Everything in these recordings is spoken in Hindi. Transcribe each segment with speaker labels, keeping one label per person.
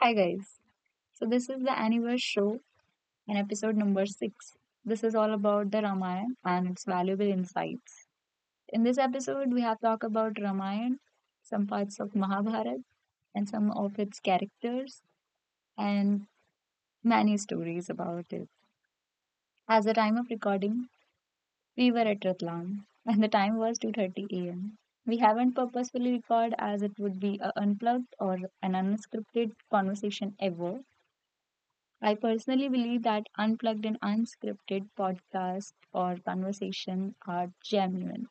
Speaker 1: Hi guys. So this is the Anniverse Show and episode number 6. This is all about the Ramayana and its valuable insights. In this episode we have talked about Ramayana, some parts of Mahabharata and some of its characters and many stories about it. As the time of recording, we were at Ratlam and the time was 2:30 a.m. We haven't purposefully recorded as it would be a unplugged or an unscripted conversation ever. I personally believe that unplugged and unscripted podcasts or conversations are genuine,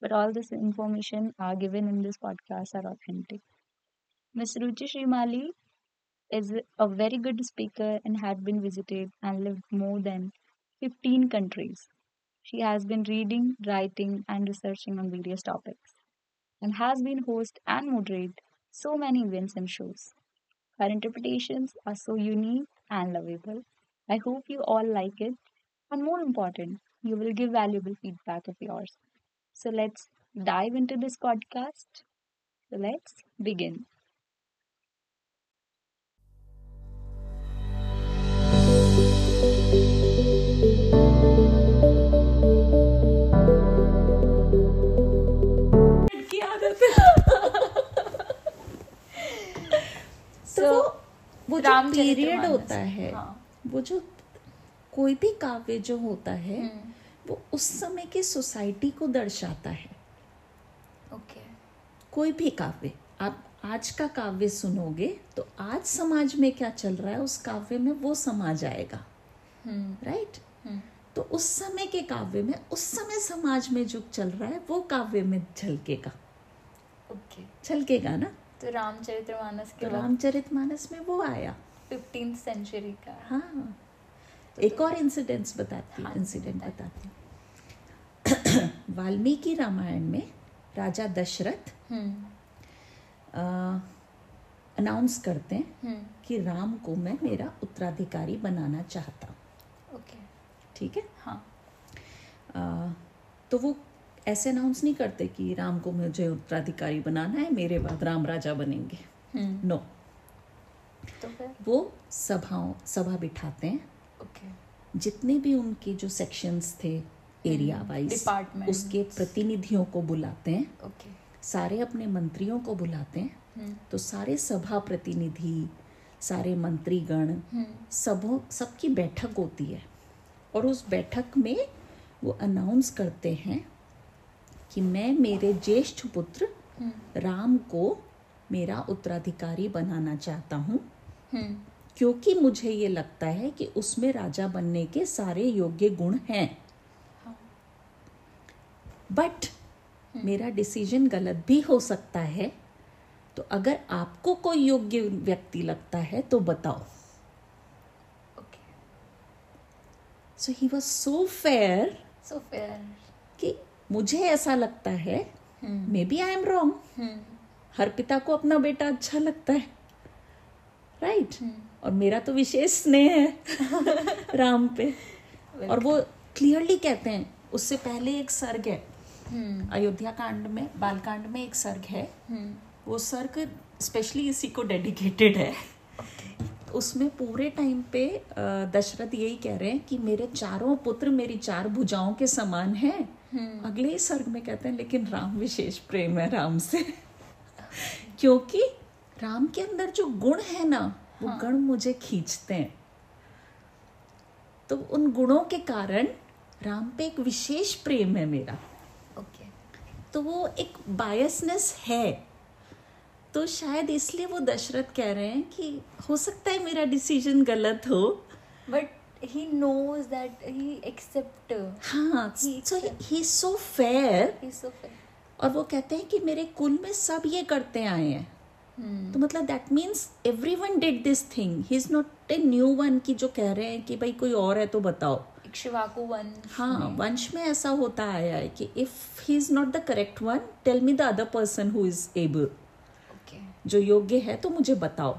Speaker 1: but all this information are given in this podcast are authentic. Ms. Ruchi Srimali is a very good speaker and had been visited and lived more than 15 countries. She has been reading, writing, and researching on various topics and has been host and moderate so many events and shows. Her interpretations are so unique and lovable. I hope you all like it. And more important, you will give valuable feedback of yours. So let's dive into this podcast. So let's begin.
Speaker 2: की आदत
Speaker 3: तो
Speaker 2: So,
Speaker 3: वो वो जो
Speaker 2: रामचरितमानस,
Speaker 3: पीरियड होता है
Speaker 2: हाँ।
Speaker 3: वो जो कोई भी काव्य जो होता है
Speaker 2: हम्म।
Speaker 3: वो उस समय की सोसाइटी को दर्शाता है
Speaker 2: ओके
Speaker 3: कोई भी काव्य आप आज का काव्य सुनोगे तो आज समाज में क्या चल रहा है उस काव्य में वो समाज आएगा
Speaker 2: Hmm,
Speaker 3: राइट तो उस समय के काव्य में उस समय समाज में जो चल रहा है वो काव्य में झलकेगा
Speaker 2: ओके
Speaker 3: झलकेगा ना
Speaker 2: तो रामचरितमानस के
Speaker 3: तो
Speaker 2: राम
Speaker 3: रामचरितमानस में वो आया
Speaker 2: फिफ्टीन सेंचुरी का है।
Speaker 3: हाँ
Speaker 2: तो
Speaker 3: एक और इंसिडेंट्स बताती
Speaker 2: हाँ।
Speaker 3: हूँ इंसिडेंट बताती हूँ वाल्मीकि रामायण में राजा दशरथ
Speaker 2: Hmm.
Speaker 3: अनाउंस करते
Speaker 2: हम्म।
Speaker 3: हैं कि राम को मैं मेरा उत्तराधिकारी बनाना चाहता हूँ
Speaker 2: ओके
Speaker 3: ठीक है
Speaker 2: हाँ
Speaker 3: अ, तो वो ऐसे अनाउंस नहीं करते कि राम को मुझे उत्तराधिकारी बनाना है मेरे बाद राम राजा बनेंगे
Speaker 2: हम्म।
Speaker 3: नो
Speaker 2: तो फिर
Speaker 3: वो सभाओं सभा बिठाते हैं
Speaker 2: ओके
Speaker 3: जितने भी उनके जो सेक्शंस थे एरिया वाइज
Speaker 2: Department.
Speaker 3: उसके प्रतिनिधियों को बुलाते हैं
Speaker 2: ओके
Speaker 3: सारे अपने मंत्रियों को बुलाते
Speaker 2: Hmm.
Speaker 3: हैं तो सारे सभा प्रतिनिधि सारे मंत्रीगण
Speaker 1: Hmm.
Speaker 3: सबों सबकी बैठक होती है और उस बैठक में वो अनाउंस करते हैं कि मैं मेरे ज्येष्ठ पुत्र
Speaker 1: Hmm.
Speaker 3: राम को मेरा उत्तराधिकारी बनाना चाहता हूँ
Speaker 1: Hmm.
Speaker 3: क्योंकि मुझे ये लगता है कि उसमें राजा बनने के सारे योग्य गुण हैं बट मेरा डिसीजन गलत भी हो सकता है तो अगर आपको कोई योग्य व्यक्ति लगता है तो बताओ
Speaker 2: okay
Speaker 3: so he was so fair
Speaker 2: so फिर
Speaker 3: कि मुझे ऐसा लगता है maybe I am wrong
Speaker 1: Hmm.
Speaker 3: हर पिता को अपना बेटा अच्छा लगता है राइट और मेरा तो विशेष स्नेह है राम पे और वो क्लियरली कहते हैं उससे पहले एक सर्ग है
Speaker 1: Hmm.
Speaker 3: अयोध्या कांड में बालकांड में एक सर्ग है वो सर्ग स्पेशली इसी को डेडिकेटेड है उसमें पूरे टाइम पे अ, दशरथ यही कह रहे हैं कि मेरे चारों पुत्र मेरी चार भुजाओं के समान हैं
Speaker 1: Hmm.
Speaker 3: अगले ही सर्ग में कहते हैं लेकिन राम विशेष प्रेम है राम से क्योंकि राम के अंदर जो गुण है ना वो गुण मुझे खींचते हैं तो उन गुणों के कारण राम पे एक विशेष प्रेम है मेरा
Speaker 2: ओके
Speaker 3: तो वो एक बायसनेस है तो शायद इसलिए वो दशरथ कह रहे हैं कि हो सकता है मेरा डिसीजन गलत हो
Speaker 2: but he knows that he accept
Speaker 3: हाँ
Speaker 2: ठीक
Speaker 3: सो
Speaker 2: है।
Speaker 3: He so fair
Speaker 2: he so फिर
Speaker 3: और वो कहते हैं कि मेरे कुल में सब ये करते आए हैं तो मतलब that means every one did this thing he is not a new one की जो कह रहे हैं कि भाई कोई और है तो बताओ
Speaker 2: इक्ष्वाकु वन
Speaker 3: हाँ वंश में ऐसा होता आया है कि if he is not the correct one tell me the other person who is able
Speaker 2: okay
Speaker 3: जो योग्य है तो मुझे बताओ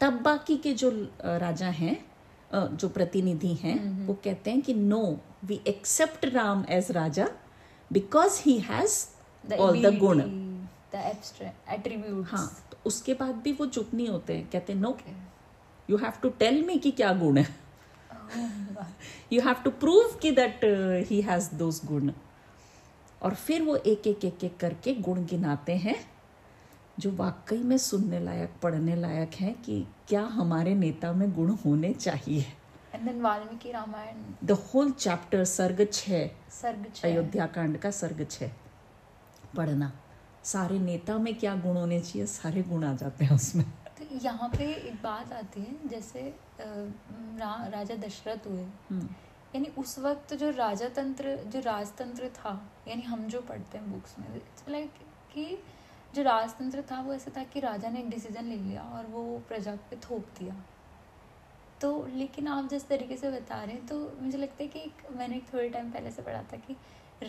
Speaker 3: तब बाकी के जो अ, राजा हैं अ, जो प्रतिनिधि हैं वो कहते हैं कि no we accept Ram as raja because he has all the गुण
Speaker 2: the abstract attributes
Speaker 3: हाँ तो उसके बाद भी वो चुप नहीं होते हैं कहते no
Speaker 2: Okay.
Speaker 3: You have to tell me कि क्या गुण है यू हैव टू प्रूव कि uh, that he has those गुण और फिर वो एक एक एक एक करके गुण गिनाते हैं जो वाकई में सुनने लायक पढ़ने लायक हैं कि क्या हमारे नेता में गुण होने चाहिए
Speaker 2: and then Valmiki Ramayana
Speaker 3: the whole chapter सर्ग छः
Speaker 2: Sarg Chaya.
Speaker 3: अयोध्या कांड का सर्ग छः पढ़ना सारे नेता में क्या गुण होने चाहिए सारे गुण आ जाते हैं उसमें
Speaker 2: तो यहाँ पे एक बात आती है जैसे अ, रा, राजा दशरथ हुए
Speaker 3: हम्म,
Speaker 2: यानी उस वक्त जो राजतंत्र जो राजतंत्र था यानी हम जो पढ़ते हैं बुक्स में इट्स लाइक कि जो राजतंत्र था वो ऐसा था कि राजा ने एक डिसीजन ले लिया और वो प्रजा पे थोप दिया तो लेकिन आप जिस तरीके से बता रहे हैं तो मुझे लगता है कि एक- मैंने एक थोड़े टाइम पहले से पढ़ा था कि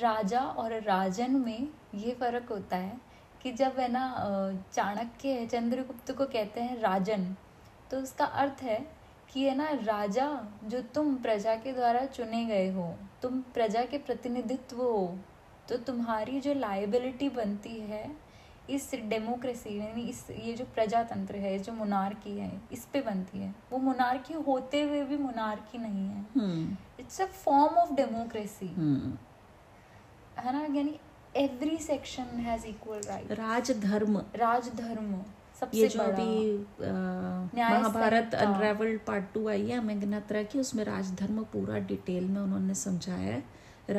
Speaker 2: राजा और राजन में ये फर्क होता है कि जब है ना अ, चाणक्य है चंद्रगुप्त को कहते हैं राजन तो उसका अर्थ है कि है ना राजा जो तुम प्रजा के द्वारा चुने गए हो तुम प्रजा के प्रतिनिधित्व हो तो तुम्हारी जो लाइबिलिटी बनती है इस डेमोक्रेसी यानी इस ये जो प्रजातंत्र है जो मोनार्की है इस पे बनती है वो मोनार्की होते हुए भी मोनार्की नहीं है
Speaker 3: hmm
Speaker 2: it's a form of democracy
Speaker 3: hmm
Speaker 2: है ना यानी every section has equal right
Speaker 3: राजधर्म
Speaker 2: राजधर्म
Speaker 3: ये
Speaker 2: सबसे
Speaker 3: जो
Speaker 2: बड़ा
Speaker 3: अभी अ,
Speaker 2: न्याय
Speaker 3: महाभारत
Speaker 2: संहिता।
Speaker 3: अनरेवल्ड पार्ट टू आई है मेघनात्रा की उसमें राजधर्म पूरा डिटेल में उन्होंने समझाया है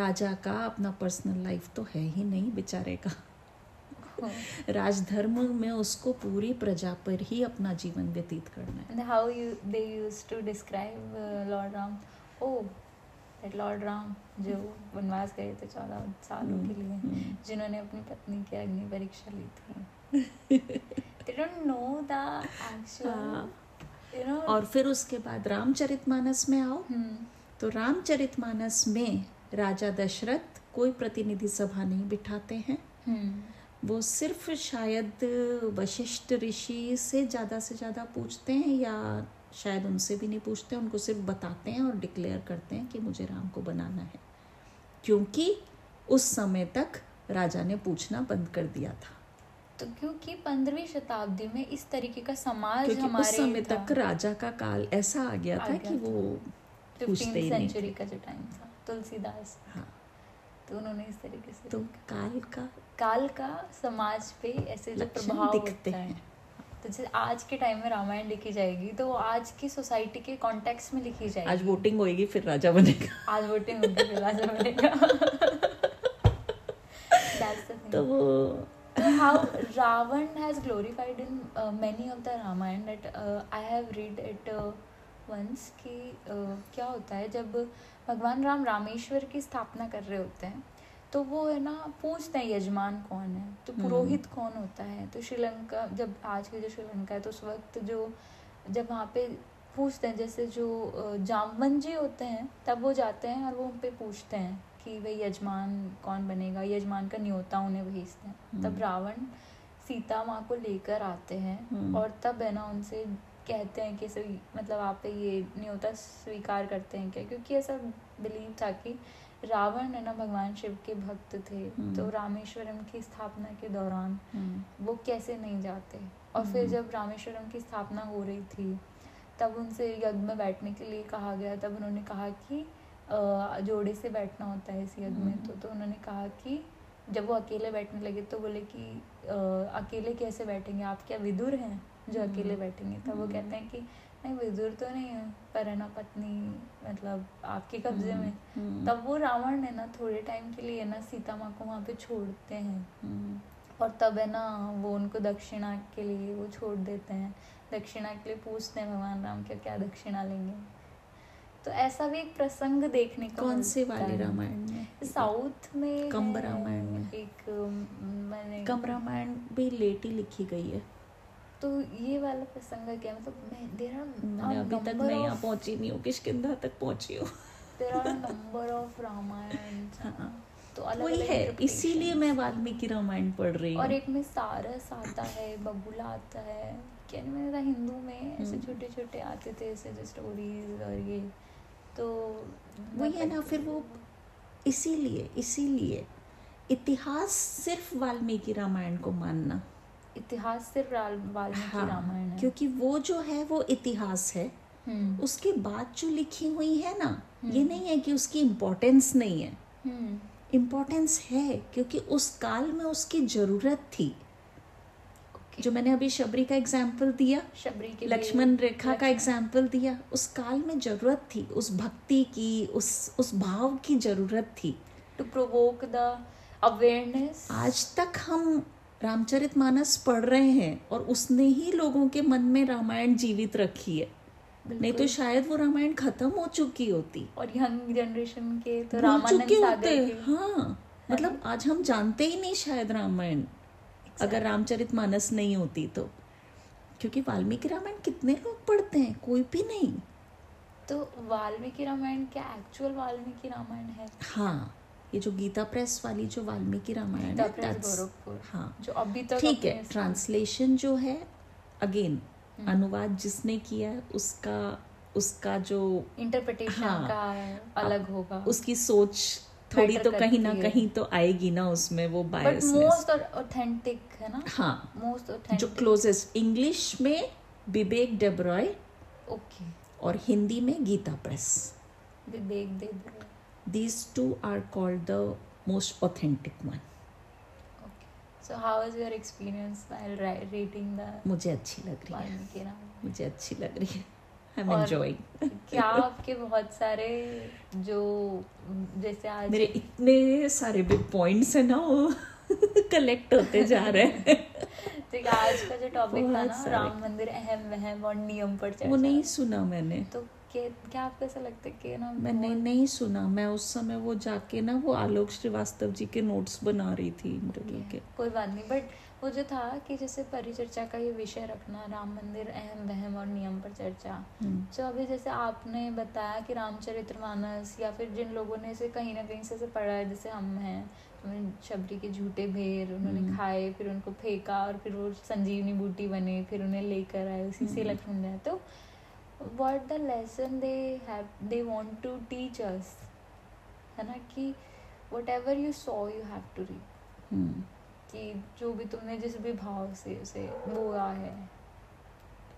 Speaker 3: राजा का अपना पर्सनल लाइफ तो है ही नहीं बेचारे का
Speaker 2: हाँ।
Speaker 3: राजधर्म में उसको पूरी प्रजा पर ही अपना जीवन व्यतीत करना है
Speaker 2: And how you they used to describe uh, Lord Ram? Oh, that Lord Ram जो वनवास गए थे चौदह सालों
Speaker 3: Hmm.
Speaker 2: के
Speaker 3: हम्म,
Speaker 2: लिए जिन्होंने अपनी पत्नी की अग्नि परीक्षा ली थी they don't know the actual
Speaker 3: हाँ।
Speaker 2: you know
Speaker 3: और फिर उसके बाद रामचरितमानस में आओ
Speaker 2: हम्म
Speaker 3: तो रामचरितमानस में राजा दशरथ कोई प्रतिनिधि सभा नहीं बिठाते हैं
Speaker 2: हम्म
Speaker 3: वो सिर्फ शायद वशिष्ठ ऋषि से ज़्यादा से ज़्यादा पूछते हैं या शायद उनसे भी नहीं पूछते उनको सिर्फ बताते हैं और डिक्लेयर करते हैं कि मुझे राम को बनाना है क्योंकि उस समय तक राजा ने पूछना बंद कर दिया था
Speaker 2: तो क्योंकि पंद्रहवीं शताब्दी में इस तरीके का समाज
Speaker 3: क्योंकि
Speaker 2: हमारे
Speaker 3: उस समय
Speaker 2: था।
Speaker 3: तक राजा का काल ऐसा आ गया
Speaker 2: आ
Speaker 3: था
Speaker 2: गया
Speaker 3: कि
Speaker 2: था।
Speaker 3: वो पूछते
Speaker 2: 15th
Speaker 3: ही नहीं
Speaker 2: सेंचुरी का जो टाइम था तुलसीदास
Speaker 3: हाँ
Speaker 2: तो उन्होंने इस तरीके से
Speaker 3: तो काल का
Speaker 2: काल का समाज पे ऐसे जो
Speaker 3: लक्षण
Speaker 2: प्रभाव
Speaker 3: दिखते
Speaker 2: दिखते हैं
Speaker 3: हैं।
Speaker 2: तो जैसे आज के टाइम में रामायण लिखी जाएगी तो वो आज की सोसाइटी के कॉन्टेक्स्ट में लिखी जाएगी
Speaker 3: आज वोटिंग होएगी फिर राजा बनेगा
Speaker 2: आज वोटिंग होगी फिर राजा बनेगा That's the thing.
Speaker 3: तो वो
Speaker 2: So how Ravan has glorified in uh, many of the Ramayana that uh, I have read it uh, once कि uh, क्या होता है जब भगवान राम रामेश्वर की स्थापना कर रहे होते हैं तो वो है ना पूछते हैं यजमान कौन है तो पुरोहित कौन होता है तो श्रीलंका जब आज के जो श्रीलंका है तो उस वक्त जो जब वहाँ पे पूछते हैं जैसे जो अ, जामवन जी होते हैं तब वो जाते हैं और वो उन पे पूछते हैं कि भाई यजमान कौन बनेगा यजमान का न्योता उन्हें भेजते हैं
Speaker 3: हम्म।
Speaker 2: तब रावण सीता माँ को लेकर आते हैं
Speaker 3: हम्म।
Speaker 2: और तब है ना उनसे कहते हैं कि सर मतलब आप पे ये न्योता स्वीकार करते हैं क्या क्योंकि ऐसा बिलीव था कि रावण है ना भगवान शिव के भक्त थे
Speaker 3: हम्म।
Speaker 2: तो रामेश्वरम की स्थापना के दौरान वो कैसे नहीं जाते और फिर
Speaker 3: हम्म।
Speaker 2: जब रामेश्वरम की स्थापना हो रही थी तब उनसे यज्ञ में बैठने के लिए कहा गया तब उन्होंने कहा कि अ, जोड़े से बैठना होता है इस यज्ञ में
Speaker 3: हम्म।
Speaker 2: तो तो उन्होंने कहा कि जब वो अकेले बैठने लगे तो बोले कि अ, अकेले कैसे बैठेंगे आप क्या विदुर हैं जो
Speaker 3: हम्म।
Speaker 2: अकेले बैठेंगे तब वो
Speaker 3: हम्म।
Speaker 2: कहते हैं कि नहीं विदुर तो नहीं है पर है ना पत्नी मतलब आपके कब्जे
Speaker 3: हम्म।
Speaker 2: में
Speaker 3: में
Speaker 2: तब वो रावण है ना थोड़े टाइम के लिए है ना सीता माँ को वहाँ पे छोड़ते हैं
Speaker 3: तब
Speaker 2: और तब है ना वो उनको दक्षिणा के लिए वो छोड़ देते हैं दक्षिणा के लिए पूछते हैं भगवान राम क्या क्या दक्षिणा लेंगे तो ऐसा भी एक प्रसंग देखने को
Speaker 3: कौन से
Speaker 2: मिलता
Speaker 3: वाले
Speaker 2: है।
Speaker 3: रामायण में
Speaker 2: साउथ में
Speaker 3: कंब
Speaker 2: है
Speaker 3: रामायण में।
Speaker 2: एक अम, मैंने
Speaker 3: कम रामायण भी लेट ही लिखी गई है
Speaker 2: तो ये वाला प्रसंग क्या है? मतलब मैं देर
Speaker 3: मैंने अभी तक मैं यहाँ पहुंची नहीं हूँ किशकिंधा तक पहुंची हूँ
Speaker 2: there are number of Ramayana
Speaker 3: हाँ।
Speaker 2: तो अलग
Speaker 3: वही है इसीलिए मैं वाल्मीकि रामायण पढ़ रही
Speaker 2: और
Speaker 3: हूँ
Speaker 2: एक में सारस आता है बबूला आता है क्या नहीं मैंने कहा हिंदू में ऐसे
Speaker 3: हम्म।
Speaker 2: छोटे छोटे आते थे ऐसे जो स्टोरीज और ये तो
Speaker 3: वही है ना
Speaker 2: मैं-
Speaker 3: फिर वो इसीलिए इसीलिए इतिहास सिर्फ वाल्मीकि रामायण को मानना
Speaker 2: इतिहास सिर्फ राल- वाल्मीकि
Speaker 3: हाँ,
Speaker 2: रामायण है
Speaker 3: क्योंकि वो जो है वो इतिहास है
Speaker 2: हम्म,
Speaker 3: उसके बाद जो लिखी हुई है ना ये नहीं है कि उसकी इम्पोर्टेंस नहीं है
Speaker 2: हम्म,
Speaker 3: इम्पोर्टेंस है क्योंकि उस काल में उसकी जरूरत थी जो मैंने अभी शबरी का एग्जाम्पल दिया
Speaker 2: शबरी के लिए-
Speaker 3: लक्ष्मण रेखा का एग्जाम्पल दिया उस काल में जरूरत थी उस भक्ति की उस उस भाव की जरूरत थी
Speaker 2: टू प्रोवोक द अवेयरनेस
Speaker 3: आज तक हम रामचरितमानस पढ़ रहे हैं और उसने ही लोगों के मन में रामायण जीवित रखी है नहीं तो शायद वो रामायण खत्म हो चुकी होती
Speaker 2: और यंग जनरेशन के तो
Speaker 3: भूल
Speaker 2: रामानंद
Speaker 3: चुके होते
Speaker 2: सागर
Speaker 3: हैं,
Speaker 2: के
Speaker 3: हाँ मतलब आज हम जानते ही नहीं शायद रामायण अगर रामचरितमानस नहीं होती तो क्योंकि वाल्मीकि रामायण कितने लोग पढ़ते हैं कोई भी नहीं
Speaker 2: तो वाल्मीकि रामायण क्या एक्चुअल वाल्मीकि रामायण है
Speaker 3: हाँ ये जो गीता प्रेस वाली जो वाल्मीकि रामायण
Speaker 2: गीता
Speaker 3: है
Speaker 2: प्रेस
Speaker 3: that's-
Speaker 2: गोरखपुर।
Speaker 3: हाँ
Speaker 2: जो अभी तक
Speaker 3: ठीक है
Speaker 2: अपने-
Speaker 3: ट्रांसलेशन जो है अगेन
Speaker 2: हम्म।
Speaker 3: अनुवाद जिसने किया है उसका उसका जो
Speaker 2: इंटरप्रिटेशन
Speaker 3: हाँ।
Speaker 2: का अलग होगा
Speaker 3: उसकी सोच थोड़ी
Speaker 2: Matter
Speaker 3: तो कहीं ना
Speaker 2: करती है।
Speaker 3: कहीं तो आएगी ना उसमें वो
Speaker 2: बट
Speaker 3: बायसनेस
Speaker 2: मोस्ट ऑथेंटिक है ना
Speaker 3: हाँ
Speaker 2: मोस्ट
Speaker 3: जो
Speaker 2: ऑथेंटिक
Speaker 3: क्लोजेस्ट इंग्लिश में विवेक डेब्रॉय
Speaker 2: ओके
Speaker 3: और हिंदी में Gita press
Speaker 2: Vivek Dev
Speaker 3: these two are called the most authentic one
Speaker 2: okay so how is your experience while rating the
Speaker 3: मुझे अच्छी लग रही है
Speaker 2: वाल्मीकि रामायण
Speaker 3: मुझे अच्छी लग रही है आई एम
Speaker 2: और-
Speaker 3: एंजॉयिंग
Speaker 2: क्या आपके बहुत सारे जो जैसे आज
Speaker 3: मेरे इतने सारे भी पॉइंट्स है ना वो कलेक्ट होते जा रहे हैं
Speaker 2: तो क्या आज का जो टॉपिक था
Speaker 3: बहुत
Speaker 2: ना
Speaker 3: सारे।
Speaker 2: राम मंदिर अहम वहम और नियम पर चर्चा
Speaker 3: वो नहीं सुना मैंने
Speaker 2: तो के, क्या आपको ऐसा लगता है कि ना
Speaker 3: मैंने नहीं सुना मैं उस समय वो जाके ना वो आलोक श्रीवास्तव जी के नोट्स बना रही थी इंटरव्यू के
Speaker 2: कोई बात नहीं बट वो जो था कि जैसे परिचर्चा का ये विषय रखना राम मंदिर अहम वहम और नियम पर चर्चा
Speaker 3: हम्म,
Speaker 2: तो अभी जैसे आपने बताया कि रामचरितमानस या फिर जिन लोगों ने इसे कहीं ना कहीं से इसे पढ़ा है जैसे हम हैं उन्होंने शबरी के झूठे भेर उन्होंने खाए फिर उनको फेंका और फिर वो संजीवनी बूटी बने फिर उन्हें लेकर आए उसी से लक्ष्मण ने तो what the lesson they have they want to teach us है ना कि whatever you saw you have to read
Speaker 3: hmm.
Speaker 2: कि जो भी तुमने जिस भी भाव से उसे बोया है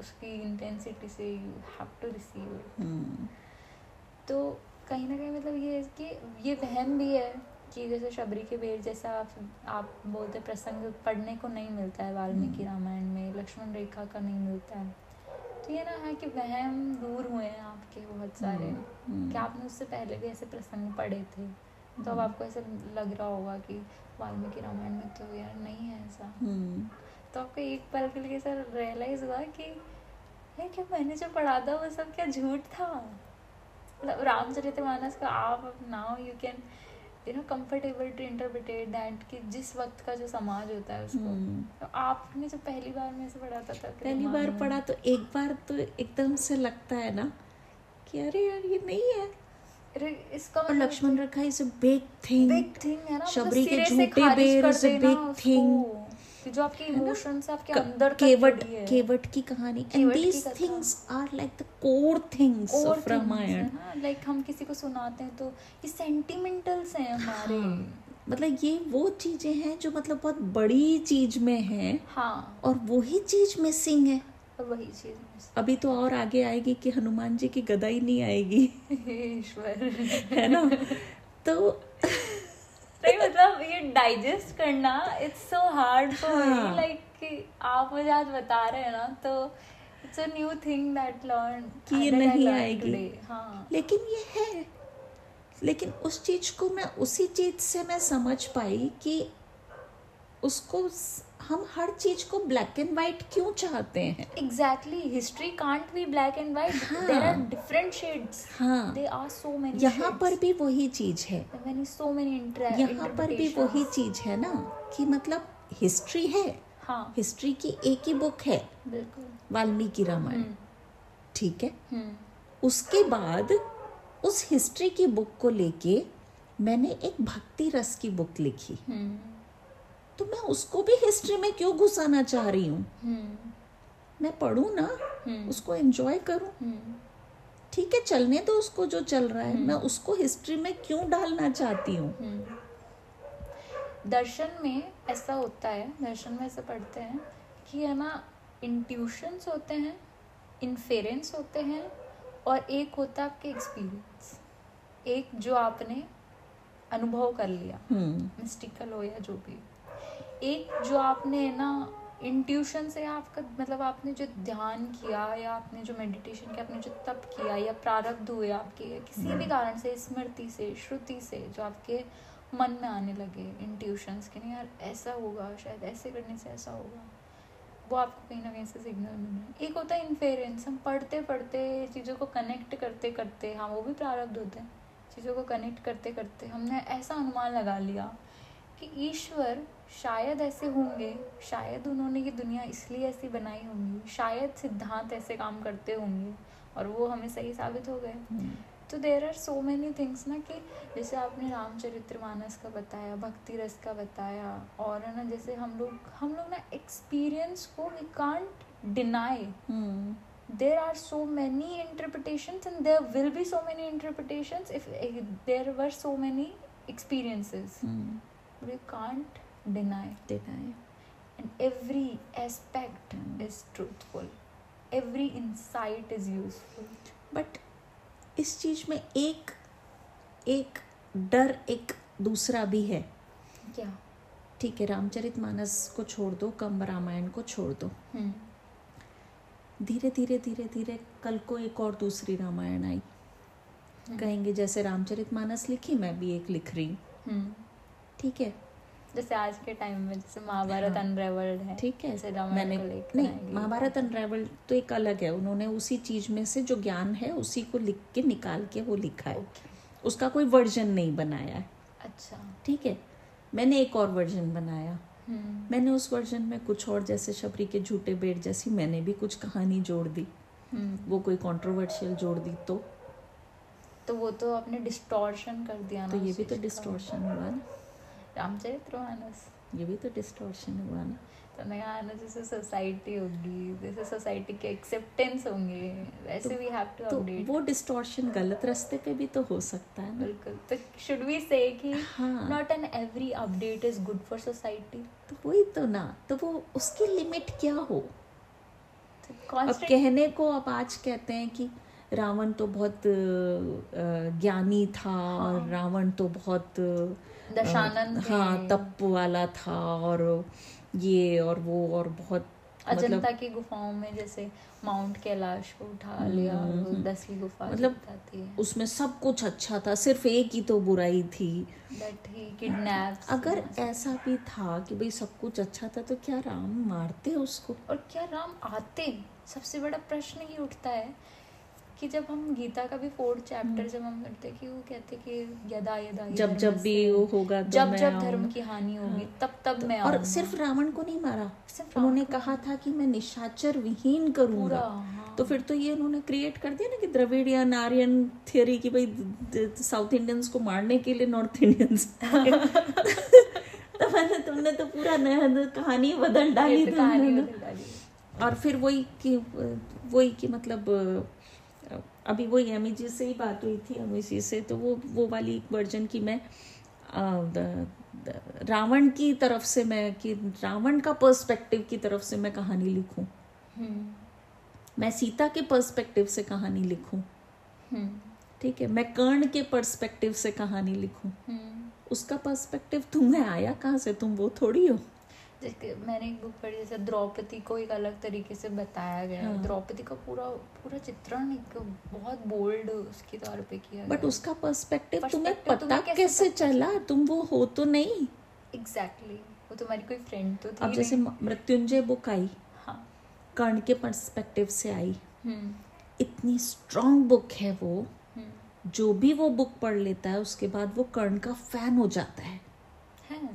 Speaker 2: उसकी इंटेंसिटी से you have to receive it
Speaker 3: hmm.
Speaker 2: तो कहीं ना कहीं मतलब ये है कि ये वहम भी है कि जैसे शबरी के बेर जैसा आप आप बोलते प्रसंग पढ़ने को नहीं मिलता है वाल्मीकि रामायण में लक्ष्मण रेखा का नहीं मिलता है तो ये ना है कि वहम दूर हुए हैं आपके बहुत सारे
Speaker 3: हम्म।
Speaker 2: कि आपने उससे पहले भी ऐसे प्रसंग पढ़े थे तो अब आपको ऐसे लग रहा होगा कि वाल्मीकि रामायण में तो यार नहीं है ऐसा
Speaker 3: हम्म।
Speaker 2: तो आपको एक पल के लिए ऐसा रियलाइज हुआ कि यार क्या मैंने जो पढ़ा था वो सब क्या झूठ था मतलब रामचरितमानस का आप now you can you know comfortable to interpret that कि जिस वक्त का जो समाज होता है उसको
Speaker 3: हम्म।
Speaker 2: तो आपने जो पहली बार में से पढ़ा था तब
Speaker 3: पहली बार पढ़ा तो एक बार तो एकदम से लगता है ना कि अरे यार ये नहीं है
Speaker 2: अरे इसका
Speaker 3: और Lakshman rekha is a big
Speaker 2: big
Speaker 3: thing
Speaker 2: thing है ना मतलब
Speaker 3: शबरी के
Speaker 2: सिरे से
Speaker 3: झूठे
Speaker 2: खारिज
Speaker 3: बेर
Speaker 2: कर
Speaker 3: is a
Speaker 2: देना
Speaker 3: big
Speaker 2: उसको,
Speaker 3: thing।
Speaker 2: कि जो आपके इमोशंस आपके अंदर तक
Speaker 3: केवट
Speaker 2: जुड़ी है।
Speaker 3: केवट की कहानी एंड
Speaker 2: केवट की
Speaker 3: दीज
Speaker 2: कथा।
Speaker 3: Things are like the core things
Speaker 2: और
Speaker 3: ऑफ रामायण
Speaker 2: लाइक हम किसी को सुनाते हैं तो ये सेंटिमेंटल्स हैं हमारे
Speaker 3: मतलब ये वो चीजें हैं जो मतलब बहुत बड़ी चीज में है
Speaker 2: हाँ
Speaker 3: और वही चीज मिसिंग है
Speaker 2: और वही चीज
Speaker 3: अभी तो और आगे आएगी कि हनुमान जी की गदा ही नहीं आएगी
Speaker 2: ईश्वर
Speaker 3: है ना तो
Speaker 2: नहीं मतलब ये डाइजेस्ट करना इट्स सो हार्ड फॉर
Speaker 3: हाँ।
Speaker 2: मी लाइक आप मुझे आज बता रहे हैं ना तो it's a new thing that learn
Speaker 3: कि ये नहीं आएगी।
Speaker 2: हाँ
Speaker 3: लेकिन ये है लेकिन उस चीज को मैं उसी चीज से मैं समझ पाई कि उसको स- हम हर चीज को ब्लैक एंड वाइट क्यों चाहते हैं
Speaker 2: exactly history can't be black and white
Speaker 3: हाँ।
Speaker 2: देर आर डिफरेंट शेड्स
Speaker 3: हाँ
Speaker 2: दे आर सो मेनी
Speaker 3: यहाँ पर भी वही चीज है
Speaker 2: मैंने सो मेनी इंटरेस्ट
Speaker 3: यहाँ पर भी वही चीज है ना कि मतलब हिस्ट्री है
Speaker 2: हाँ
Speaker 3: हिस्ट्री की एक ही बुक है
Speaker 2: बिल्कुल
Speaker 3: वाल्मीकि रामायण ठीक है
Speaker 2: हम्म
Speaker 3: उसके बाद उस हिस्ट्री की बुक को लेके मैंने एक भक्ति रस की बुक लिखी
Speaker 2: हम्म
Speaker 3: तो मैं उसको भी हिस्ट्री में क्यों घुसाना चाह रही हूँ
Speaker 2: हम्म
Speaker 3: मैं पढ़ूँ ना
Speaker 2: हम्म।
Speaker 3: उसको एंजॉय करूँ
Speaker 2: हम्म
Speaker 3: ठीक है चलने दो उसको जो चल रहा है मैं उसको हिस्ट्री में क्यों डालना चाहती हूँ
Speaker 2: हम्म। दर्शन में ऐसा होता है दर्शन में ऐसा पढ़ते हैं कि है ना इंट्यूशंस होते हैं इन्फेरेंस होते हैं और एक होता है आपके एक्सपीरियंस एक जो आपने अनुभव कर लिया
Speaker 3: हम्म
Speaker 2: मिस्टिकल हो या जो भी एक जो आपने है ना इंट्यूशन से आपका मतलब आपने जो ध्यान किया या आपने जो मेडिटेशन किया आपने जो तप किया या प्रारब्ध हुए आपके या किसी भी कारण से स्मृति से श्रुति से जो आपके मन में आने लगे इंट्यूशंस के नहीं यार ऐसा होगा शायद ऐसे करने से ऐसा होगा वो आपको कहीं ना कहीं से सिग्नल मिल रहा है एक होता है इन्फेरेंस हम पढ़ते पढ़ते चीज़ों को कनेक्ट करते करते हाँ वो भी प्रारब्ध होते हैं चीज़ों को कनेक्ट करते करते हमने ऐसा अनुमान लगा लिया कि ईश्वर शायद ऐसे होंगे शायद उन्होंने ये दुनिया इसलिए ऐसी बनाई होंगी शायद सिद्धांत ऐसे काम करते होंगे और वो हमें सही साबित हो गए
Speaker 3: हम्म,
Speaker 2: तो there are so many things ना कि जैसे आपने रामचरितमानस का बताया भक्ति रस का बताया और है ना जैसे हम लोग हम लोग ना एक्सपीरियंस को we can't deny
Speaker 3: hmm
Speaker 2: there are so many interpretations and there will be so many interpretations if, if there were so many experiences
Speaker 3: hmm
Speaker 2: we can't deny
Speaker 3: deny.
Speaker 2: and every aspect is truthful every insight is useful
Speaker 3: but इस चीज में एक एक डर एक दूसरा भी है
Speaker 2: yeah
Speaker 3: ठीक है रामचरित मानस को छोड़ दो कम रामायण को छोड़ दो
Speaker 2: hmm.
Speaker 3: धीरे धीरे धीरे धीरे कल को एक और दूसरी रामायण आई कहेंगे जैसे रामचरित मानस लिखी मैं भी एक लिख रही हूँ
Speaker 2: Hmm.
Speaker 3: ठीक है
Speaker 2: जैसे आज के टाइम में जैसे महाभारत
Speaker 3: हाँ।
Speaker 2: अनरेवल्ड है
Speaker 3: ठीक है
Speaker 2: जैसे रामायण
Speaker 3: मैंने
Speaker 2: को लेकर
Speaker 3: नहीं
Speaker 2: आएगी।
Speaker 3: महाभारत अनरेवल तो एक अलग है उन्होंने उसी चीज में से जो ज्ञान है उसी को लिख के निकाल के वो लिखा है
Speaker 2: Okay.
Speaker 3: उसका कोई वर्जन नहीं बनाया है
Speaker 2: अच्छा
Speaker 3: ठीक है मैंने एक और वर्जन बनाया
Speaker 2: hmm.
Speaker 3: मैंने उस वर्जन में कुछ और जैसे शबरी के झूठे बेट जैसी मैंने भी कुछ कहानी जोड़ दी
Speaker 2: Hmm.
Speaker 3: वो कोई कंट्रोवर्शियल जोड़ दी तो
Speaker 2: तो वो तो आपने डिस्टॉर्शन कर दिया ना
Speaker 3: तो ये
Speaker 2: उस
Speaker 3: भी तो
Speaker 2: चीज़ का।
Speaker 3: डिस्टॉर्शन हुआ ना
Speaker 2: रामचरितमानस
Speaker 3: ये भी तो डिस्टॉर्शन हुआ ना
Speaker 2: तो नया आना जैसे सोसाइटी होगी जैसे सोसाइटी के एक्सेप्टेंस होंगे वैसे वी हैव टू
Speaker 3: तो
Speaker 2: अपडेट
Speaker 3: वो डिस्टॉर्शन गलत रास्ते पे भी तो हो सकता है ना
Speaker 2: बिल्कुल तो शुड वी से कि
Speaker 3: हाँ
Speaker 2: not an every update is good for society
Speaker 3: तो वही तो ना तो वो उसकी लिमिट क्या हो
Speaker 2: तो
Speaker 3: अब
Speaker 2: कांस्टेंट
Speaker 3: कहने को अब आज कहते हैं कि रावण तो बहुत अ, अ, ज्ञानी था और रावण तो बहुत अ,
Speaker 2: हाँ। दशानन थे।
Speaker 3: हाँ तप वाला था और ये और वो और बहुत
Speaker 2: अजंता
Speaker 3: मतलब
Speaker 2: की गुफाओं में जैसे माउंट कैलाश को उठा लिया और वो दसवीं गुफा
Speaker 3: हम्म, मतलब
Speaker 2: बताती है
Speaker 3: उसमें सब कुछ अच्छा था सिर्फ एक ही तो बुराई थी
Speaker 2: दैट ही किडनैप्स
Speaker 3: हाँ। अगर ऐसा भी था कि भाई सब कुछ अच्छा था तो क्या राम मारते उसको
Speaker 2: और क्या राम आते सबसे बड़ा प्रश्न ये उठता है कि जब हम गीता का भी फोर्थ चैप्टर जब हम करते हैं कि वो कहते हैं कि यदा यदा ये
Speaker 3: हम्म। जब- जब
Speaker 2: धर्मस्य-
Speaker 3: भी वो होगा तो
Speaker 2: जब
Speaker 3: मैं
Speaker 2: जब धर्म
Speaker 3: आऊंगा।
Speaker 2: की हानि होगी तब तब मैं
Speaker 3: और
Speaker 2: आऊंगा।
Speaker 3: सिर्फ रावण को नहीं मारा
Speaker 2: सिर्फ रावण
Speaker 3: उन्होंने कहा था कि मैं निशाचर विहीन करूंगा
Speaker 2: पूरा, हाँ।
Speaker 3: तो फिर तो ये उन्होंने क्रिएट कर दिया ना कि द्रविडियन आर्यन थियरी की भाई साउथ इंडियंस को मारने के लिए नॉर्थ इंडियंस तो मैंने तुमने तो पूरा नया कहानी बदल डाली
Speaker 2: फिर
Speaker 3: तुमने
Speaker 2: तो कहानी
Speaker 3: ना।
Speaker 2: बदल डाली।
Speaker 3: और फिर वही कि वही कि मतलब अ, अभी वही अमी जी से ही बात हुई थी अमी जी से तो वो वो वाली एक वर्जन की मैं अ, द- द- रावण की तरफ से मैं कि रावण का पर्सपेक्टिव की तरफ से मैं कहानी लिखूं
Speaker 2: हम्म,
Speaker 3: मैं सीता के पर्सपेक्टिव से कहानी लिखूं
Speaker 2: हम्म,
Speaker 3: ठीक है मैं कर्ण के पर्सपेक्टिव से कहानी लिखूं
Speaker 2: हम्म।
Speaker 3: उसका पर्सपेक्टिव तुम्हें आया कहाँ से तुम वो थोड़ी हो
Speaker 2: जैसे मैंने एक बुक पढ़ी जैसे द्रौपदी को एक अलग तरीके से बताया गया है।
Speaker 3: हाँ।
Speaker 2: द्रौपदी का पूरा पूरा चित्रण एक बहुत बोल्ड उसके तौर पे किया
Speaker 3: बट उसका पर्सपेक्टिव तुम्हें
Speaker 2: Perspective
Speaker 3: पता
Speaker 2: तुम्हें कैसे
Speaker 3: कैसे
Speaker 2: पता?
Speaker 3: चला तुम वो हो तो नहीं
Speaker 2: एग्जैक्टली वो तुम्हारी कोई फ्रेंड तो थी
Speaker 3: अब जैसे
Speaker 2: नहीं।
Speaker 3: मृत्युंजय बुक आई
Speaker 2: हाँ
Speaker 3: कर्ण के पर्सपेक्टिव से आई
Speaker 2: हम्म
Speaker 3: इतनी स्ट्रांग बुक है वो
Speaker 2: हम्म।
Speaker 3: जो भी वो बुक पढ़ लेता है उसके बाद वो कर्ण का फैन हो जाता है
Speaker 2: है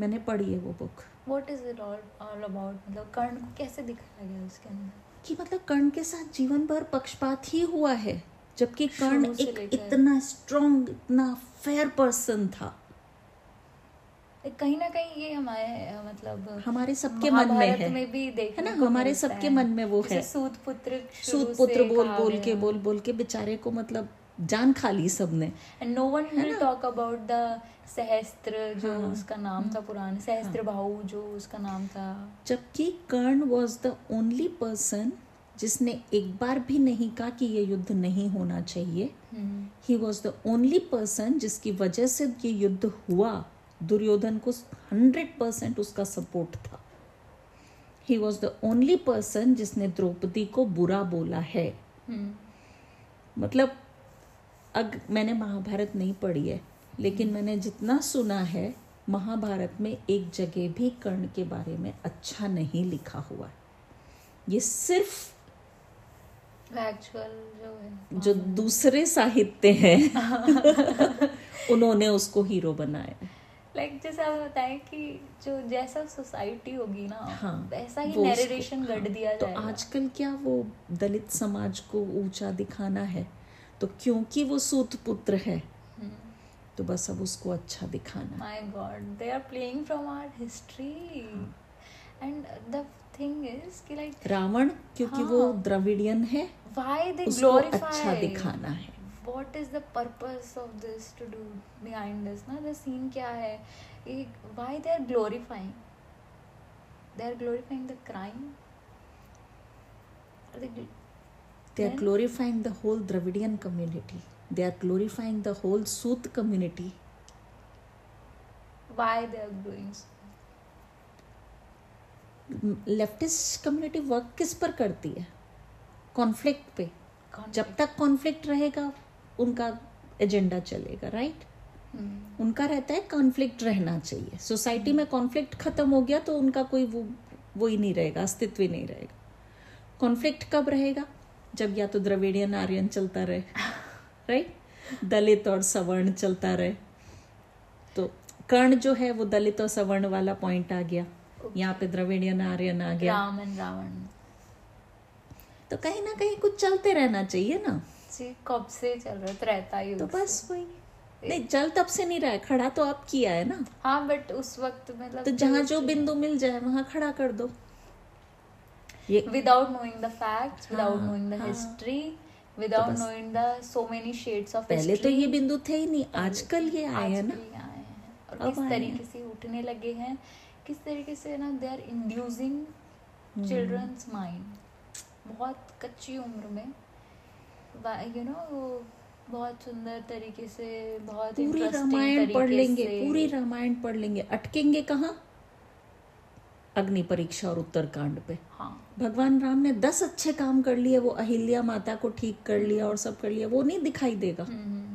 Speaker 3: मैंने पढ़ी है वो book
Speaker 2: what is it all all about मतलब कर्ण को कैसे दिखाया गया उसके अंदर
Speaker 3: कि मतलब कर्ण के साथ जीवन भर पक्षपात ही हुआ है जबकि कर्ण
Speaker 2: शुरू से
Speaker 3: एक
Speaker 2: लेकर।
Speaker 3: इतना स्ट्रांग इतना फेयर पर्सन था
Speaker 2: एक कहीं ना कहीं ये हमारे अ, मतलब
Speaker 3: हमारे सबके मन में
Speaker 2: महाभारत
Speaker 3: है
Speaker 2: में भी
Speaker 3: है
Speaker 2: देखने
Speaker 3: ना
Speaker 2: को
Speaker 3: हमारे
Speaker 2: मिलता
Speaker 3: सबके
Speaker 2: है।
Speaker 3: मन में वो
Speaker 2: जैसे
Speaker 3: है
Speaker 2: सूत पुत्र शुरू
Speaker 3: सूत पुत्र
Speaker 2: से
Speaker 3: बोल
Speaker 2: कहा
Speaker 3: बोल
Speaker 2: गया।
Speaker 3: के बोल बोल के बेचारे को मतलब जान खा ली सबने
Speaker 2: and no one will talk about the सहस्त्र जो
Speaker 3: हाँ,
Speaker 2: उसका नाम था पुराने सहस्त्र भाऊ जो उसका नाम था
Speaker 3: जबकि Karna was the only person जिसने एक बार भी नहीं कहा कि ये युद्ध नहीं होना चाहिए
Speaker 2: हम्म,
Speaker 3: he was the only person जिसकी वजह से ये युद्ध हुआ दुर्योधन को हंड्रेड परसेंट उसका सपोर्ट था he was the only person जिसने द्रौपदी को बुरा बोला है
Speaker 2: हम्म।
Speaker 3: मतलब अग मैंने महाभारत नहीं पढ़ी है लेकिन मैंने जितना सुना है महाभारत में एक जगह भी कर्ण के बारे में अच्छा नहीं लिखा हुआ है ये सिर्फ
Speaker 2: एक्चुअल जो है
Speaker 3: जो दूसरे साहित्य हैं उन्होंने उसको हीरो बनाया
Speaker 2: लाइक like, जैसे आप बताएं कि जो जैसा सोसाइटी होगी ना
Speaker 3: हाँ,
Speaker 2: वैसा ही
Speaker 3: वो उसको-
Speaker 2: नरेशन गढ़ दिया
Speaker 3: तो
Speaker 2: जाएगा
Speaker 3: आजकल क्या वो दलित समाज को ऊंचा दिखाना है तो क्योंकि वो सूत पुत्र है तो बस अब उसको अच्छा दिखाना
Speaker 2: हम्म। my god they are playing from our history
Speaker 3: हाँ।
Speaker 2: and the thing is कि like
Speaker 3: रावण क्योंकि वो द्रविडियन है
Speaker 2: why हाँ। they
Speaker 3: उसको
Speaker 2: glorify
Speaker 3: अच्छा दिखाना है
Speaker 2: what is the purpose of this to do behind this ना the scene क्या है ये why they are glorifying they are glorifying the crime are they gl-
Speaker 3: they are glorifying the whole dravidian community they are glorifying the whole soot community
Speaker 2: why they are doing so
Speaker 3: leftist community work किस पर करती है कॉन्फ्लिक्ट पे
Speaker 2: Conflict.
Speaker 3: जब तक कॉन्फ्लिक्ट रहेगा उनका एजेंडा चलेगा राइट
Speaker 2: Hmm.
Speaker 3: उनका रहता है कॉन्फ्लिक्ट रहना चाहिए सोसाइटी में कॉन्फ्लिक्ट खत्म हो गया तो उनका कोई वो वो ही नहीं रहेगा अस्तित्व ही नहीं रहेगा कॉन्फ्लिक्ट कब रहेगा जब या तो द्रविडियन आर्यन चलता रहे राइट दलित और सवर्ण चलता रहे तो कर्ण जो है वो दलित और सवर्ण वाला पॉइंट आ गया यहाँ पे द्रविडियन आर्यन आ गया
Speaker 2: राम and रावण
Speaker 3: तो कहीं ना कहीं कुछ चलते रहना चाहिए ना
Speaker 2: जी कब से चल रहा है तो रहता ही
Speaker 3: तो
Speaker 2: उससे।
Speaker 3: बस वही नहीं चल तब से नहीं रहा है खड़ा तो आप किया है ना
Speaker 2: हाँ बट उस वक्त मतलब
Speaker 3: तो जहाँ जो बिंदु मिल जाए वहां खड़ा कर दो ये
Speaker 2: without knowing the facts without knowing the history without
Speaker 3: हाँ, तो बस-
Speaker 2: knowing the so many shades of
Speaker 3: पहले तो
Speaker 2: history,
Speaker 3: ये बिंदु थे ही नहीं आजकल ये आए है ना
Speaker 2: आजकल ये आए हैं और
Speaker 3: अब
Speaker 2: किस
Speaker 3: आए हैं।
Speaker 2: तरीके से उठने लगे हैं किस तरीके से ना they are inducing
Speaker 3: hmm.
Speaker 2: Children's mind बहुत कच्ची उम्र में यू नो वो बहुत सुंदर तरीके से बहुत
Speaker 3: पूरी
Speaker 2: interesting
Speaker 3: रामायण पढ़
Speaker 2: तरीके
Speaker 3: लेंगे
Speaker 2: से-
Speaker 3: पूरी रामायण पढ़ लेंगे अटकेंगे कहाँ अग्नि परीक्षा और उत्तरकांड पे
Speaker 2: हाँ
Speaker 3: भगवान राम ने दस अच्छे काम कर लिए वो अहिल्या माता को ठीक कर लिया और सब कर लिया वो नहीं दिखाई देगा
Speaker 2: हम्म,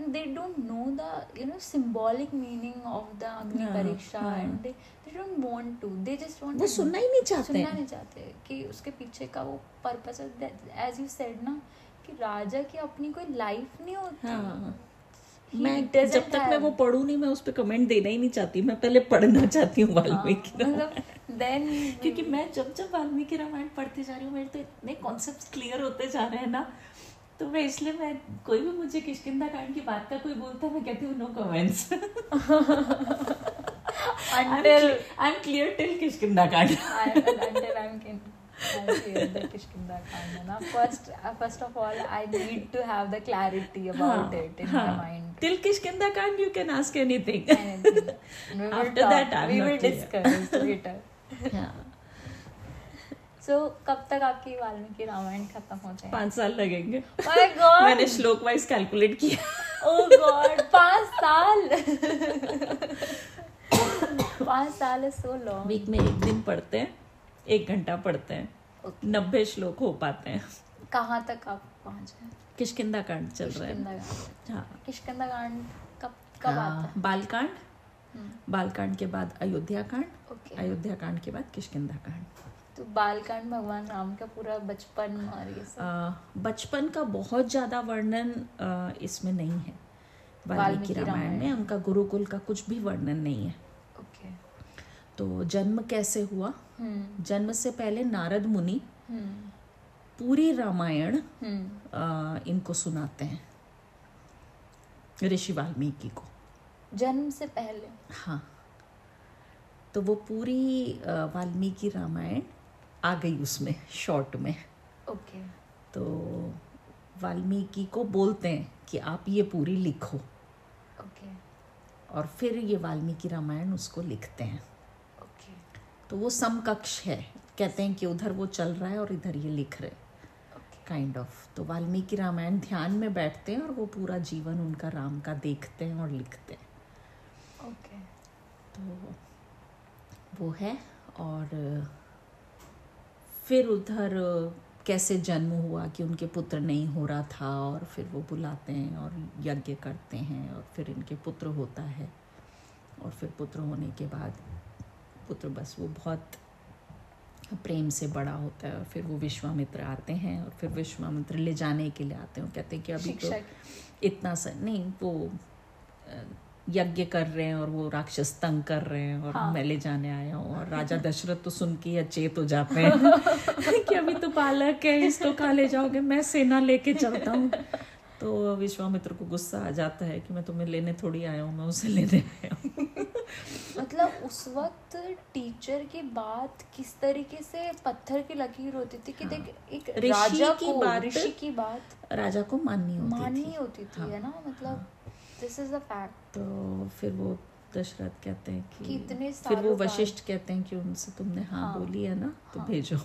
Speaker 2: and they don't know the you know symbolic meaning of the agni
Speaker 3: हाँ,
Speaker 2: pariksha
Speaker 3: हाँ.
Speaker 2: and they, they don't want to they just want
Speaker 3: वो
Speaker 2: to-
Speaker 3: सुनना ही नहीं चाहते
Speaker 2: सुनना
Speaker 3: हैं।
Speaker 2: नहीं चाहते कि उसके पीछे का वो पर्पस एज यू सेड ना कि राजा की अपनी कोई लाइफ नहीं होती
Speaker 3: हाँ
Speaker 2: He
Speaker 3: मैं
Speaker 2: doesn't
Speaker 3: जब तक मैं
Speaker 2: have-
Speaker 3: वो पढ़ू नहीं मैं उस पर कमेंट देना ही नहीं चाहती मैं पहले पढ़ना चाहती हूँ वाल्मीकि रामायण।
Speaker 2: मतलब देन
Speaker 3: क्योंकि मैं जब जब वाल्मीकि रामायण पढ़ती जा रही हूँ मेरे तो इतने कॉन्सेप्ट क्लियर होते जा रहे हैं ना तो मैं इसलिए मैं कोई भी मुझे किशकिंदा कांड की बात का कोई बोलता है मैं कहती हूँ no comments
Speaker 2: until
Speaker 3: I am clear till Kishkindha Kand
Speaker 2: I until I'm can I hear the Kishkinda Khan. Now, first, uh, first of all, I need to have the clarity
Speaker 3: हाँ,
Speaker 2: about it in my mind.
Speaker 3: Till Kishkindha Kand you can ask anything
Speaker 2: And we will
Speaker 3: After
Speaker 2: talk,
Speaker 3: that, I'm
Speaker 2: we
Speaker 3: not
Speaker 2: will
Speaker 3: clear.
Speaker 2: discuss later. So, कब तक आपकी वाल्मीकि रामायण खत्म हो जाए
Speaker 3: पांच साल लगेंगे
Speaker 2: माय गॉड
Speaker 3: मैंने श्लोक वाइज कैलकुलेट किया
Speaker 2: ओ गॉड Oh पांच साल पांच साल इज सो लॉन्ग
Speaker 3: वीक में एक दिन पढ़ते हैं एक घंटा पढ़ते हैं
Speaker 2: Okay.
Speaker 3: नब्बे श्लोक हो पाते हैं
Speaker 2: कहाँ तक आप पहुंचे
Speaker 3: किशकिंदा कांड चल रहा है
Speaker 2: किशकिंदा कांड
Speaker 3: हाँ
Speaker 2: किशकिंदा कांड कब कब आता हम्म, है
Speaker 3: बालकांड बालकांड के बाद अयोध्या कांड
Speaker 2: ओके
Speaker 3: अयोध्या कांड के बाद किशकिंदा कांड
Speaker 2: तो बालकांड भगवान राम का पूरा बचपन और ये सब
Speaker 3: अ, बचपन का बहुत ज्यादा वर्णन अ, इसमें नहीं है वाल्मीकि
Speaker 2: वाल्मीकि
Speaker 3: रामायण
Speaker 2: रामायण।
Speaker 3: में उनका गुरुकुल का कुछ भी वर्णन नहीं है
Speaker 2: ओके
Speaker 3: तो जन्म कैसे हुआ
Speaker 2: हम्म
Speaker 3: जन्म से पहले नारद मुनि
Speaker 2: हम्म
Speaker 3: पूरी रामायण
Speaker 2: हम्म
Speaker 3: अ, इनको सुनाते हैं ऋषि वाल्मीकि को
Speaker 2: जन्म से पहले
Speaker 3: हाँ तो वो पूरी अ, वाल्मीकि रामायण आ गई उसमें शॉर्ट में
Speaker 2: ओके
Speaker 3: तो वाल्मीकि को बोलते हैं कि आप ये पूरी लिखो
Speaker 2: ओके
Speaker 3: और फिर ये वाल्मीकि रामायण उसको लिखते हैं
Speaker 2: ओके
Speaker 3: तो वो समकक्ष है कहते हैं कि उधर वो चल रहा है और इधर ये लिख रहे
Speaker 2: ओके
Speaker 3: काइंड ऑफ तो वाल्मीकि रामायण ध्यान में बैठते हैं और वो पूरा जीवन उनका राम का देखते हैं और लिखते हैं
Speaker 2: ओके
Speaker 3: तो वो है और फिर उधर कैसे जन्म हुआ कि उनके पुत्र नहीं हो रहा था और फिर वो बुलाते हैं और यज्ञ करते हैं और फिर इनके पुत्र होता है और फिर पुत्र होने के बाद पुत्र बस वो बहुत प्रेम से बड़ा होता है और फिर वो विश्वामित्र आते हैं और फिर विश्वामित्र ले जाने के लिए आते हैं और कहते हैं कि अभी तो
Speaker 2: शिक्षक
Speaker 3: इतना सा नहीं वो अ, यज्ञ कर रहे हैं और वो राक्षस तंग कर रहे हैं और
Speaker 2: हाँ।
Speaker 3: मैं ले जाने आया हूँ और राजा दशरथ तो सुन के ही अचेत हो जाते हैं कि अभी तो बालक है इसको कहा ले जाओगे मैं सेना लेके चलता हूँ तो विश्वामित्र को गुस्सा आ जाता है कि मैं तुम्हें लेने थोड़ी आया हूँ मैं उसे लेने आया हूँ
Speaker 2: मतलब उस वक्त टीचर की बात किस तरीके से पत्थर की लकीर होती थी कि
Speaker 3: हाँ।
Speaker 2: देख एक
Speaker 3: ऋषि
Speaker 2: राजा
Speaker 3: की
Speaker 2: को
Speaker 3: बात
Speaker 2: ऋषि की बात
Speaker 3: राजा को माननी होती
Speaker 2: माननी
Speaker 3: थी
Speaker 2: होती
Speaker 3: हाँ।
Speaker 2: थी है ना मतलब दिस इज अ फैक्ट
Speaker 3: तो फिर वो दशरथ कहते हैं
Speaker 2: कि
Speaker 3: कि
Speaker 2: इतने
Speaker 3: फिर वो
Speaker 2: सालों बाद-
Speaker 3: वशिष्ठ कहते हैं कि उनसे तुमने हाँ
Speaker 2: हाँ।
Speaker 3: बोली है ना तो
Speaker 2: हाँ।
Speaker 3: भेजो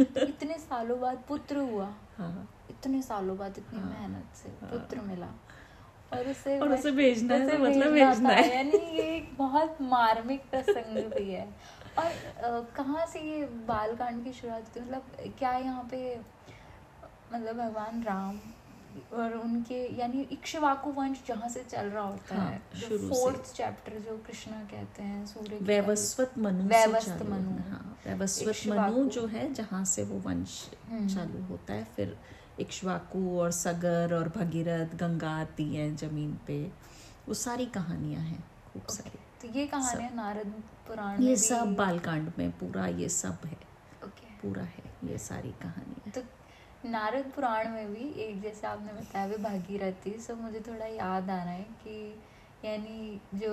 Speaker 2: इतने सालों बाद पुत्र हुआ
Speaker 3: हाँ
Speaker 2: इतने सालों बाद इतनी
Speaker 3: हाँ।
Speaker 2: मेहनत से पुत्र मिला और उसे
Speaker 3: और
Speaker 2: वश-
Speaker 3: उसे भेजना है
Speaker 2: उसे
Speaker 3: तो मतलब
Speaker 2: भेजना
Speaker 3: भेजना
Speaker 2: था।
Speaker 3: है।
Speaker 2: यानी ये एक बहुत मार्मिक प्रसंग भी है और अ, कहाँ से ये बाल कांड की शुरुआत होती है? मतलब क्या यहाँ पे मतलब भगवान राम और उनके यानी इक्ष्वाकु वंश जहाँ से चल रहा होता
Speaker 3: हाँ,
Speaker 2: है
Speaker 3: शुरू से।
Speaker 2: फोर्थ चैप्टर जो कृष्णा कहते हैं सूर्य की
Speaker 3: वैवस्वत मनु से
Speaker 2: वैवस्वत
Speaker 3: चालू
Speaker 2: मनु।
Speaker 3: होना, हाँ वैवस्वत
Speaker 2: इक्ष्वाकु।
Speaker 3: मनु जो है जहाँ से वो वंश
Speaker 2: हम्म।
Speaker 3: चालू होता है फिर इक्ष्वाकु और सगर और भगीरथ गंगा आती है जमीन पे वो सारी कहानियां हैं खूब सारी
Speaker 2: तो ये कहानियाँ नारद पुराण
Speaker 3: ये
Speaker 2: में
Speaker 3: सब
Speaker 2: भी-
Speaker 3: बालकांड में पूरा ये सब है
Speaker 2: ओके
Speaker 3: पूरा है ये सारी कहानियां
Speaker 2: तो नारद पुराण में भी एक जैसे आपने बताया भी भागीरथी सो मुझे थोड़ा याद आ रहा है कि यानी जो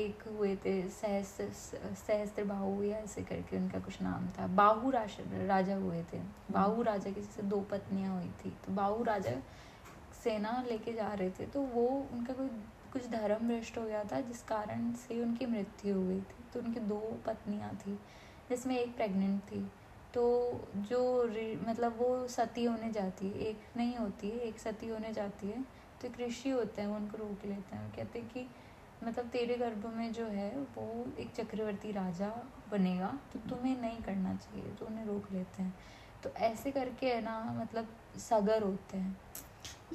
Speaker 2: एक हुए थे सहस्त्र सहस्त्र बाहु या ऐसे करके उनका कुछ नाम था बाहु राश राजा हुए थे बाहु राजा की जैसे दो पत्नियां हुई थी तो बाहु राजा सेना लेके जा रहे थे तो वो उनका कोई कुछ धर्म भ्रष्ट हो गया था जिस कारण से उनकी मृत्यु हो गई थी तो उनकी दो पत्नियां थी जिसमें एक प्रेग्नेंट थी तो जो रि- मतलब वो सती होने जाती है एक नहीं होती है एक सती होने जाती है तो एक ऋषि होते हैं वो उनको रोक लेते हैं वो कहते हैं कि मतलब तेरे गर्भ में जो है वो एक चक्रवर्ती राजा बनेगा तो तुम्हें नहीं करना चाहिए तो उन्हें रोक लेते हैं तो ऐसे करके है ना मतलब सगर होते हैं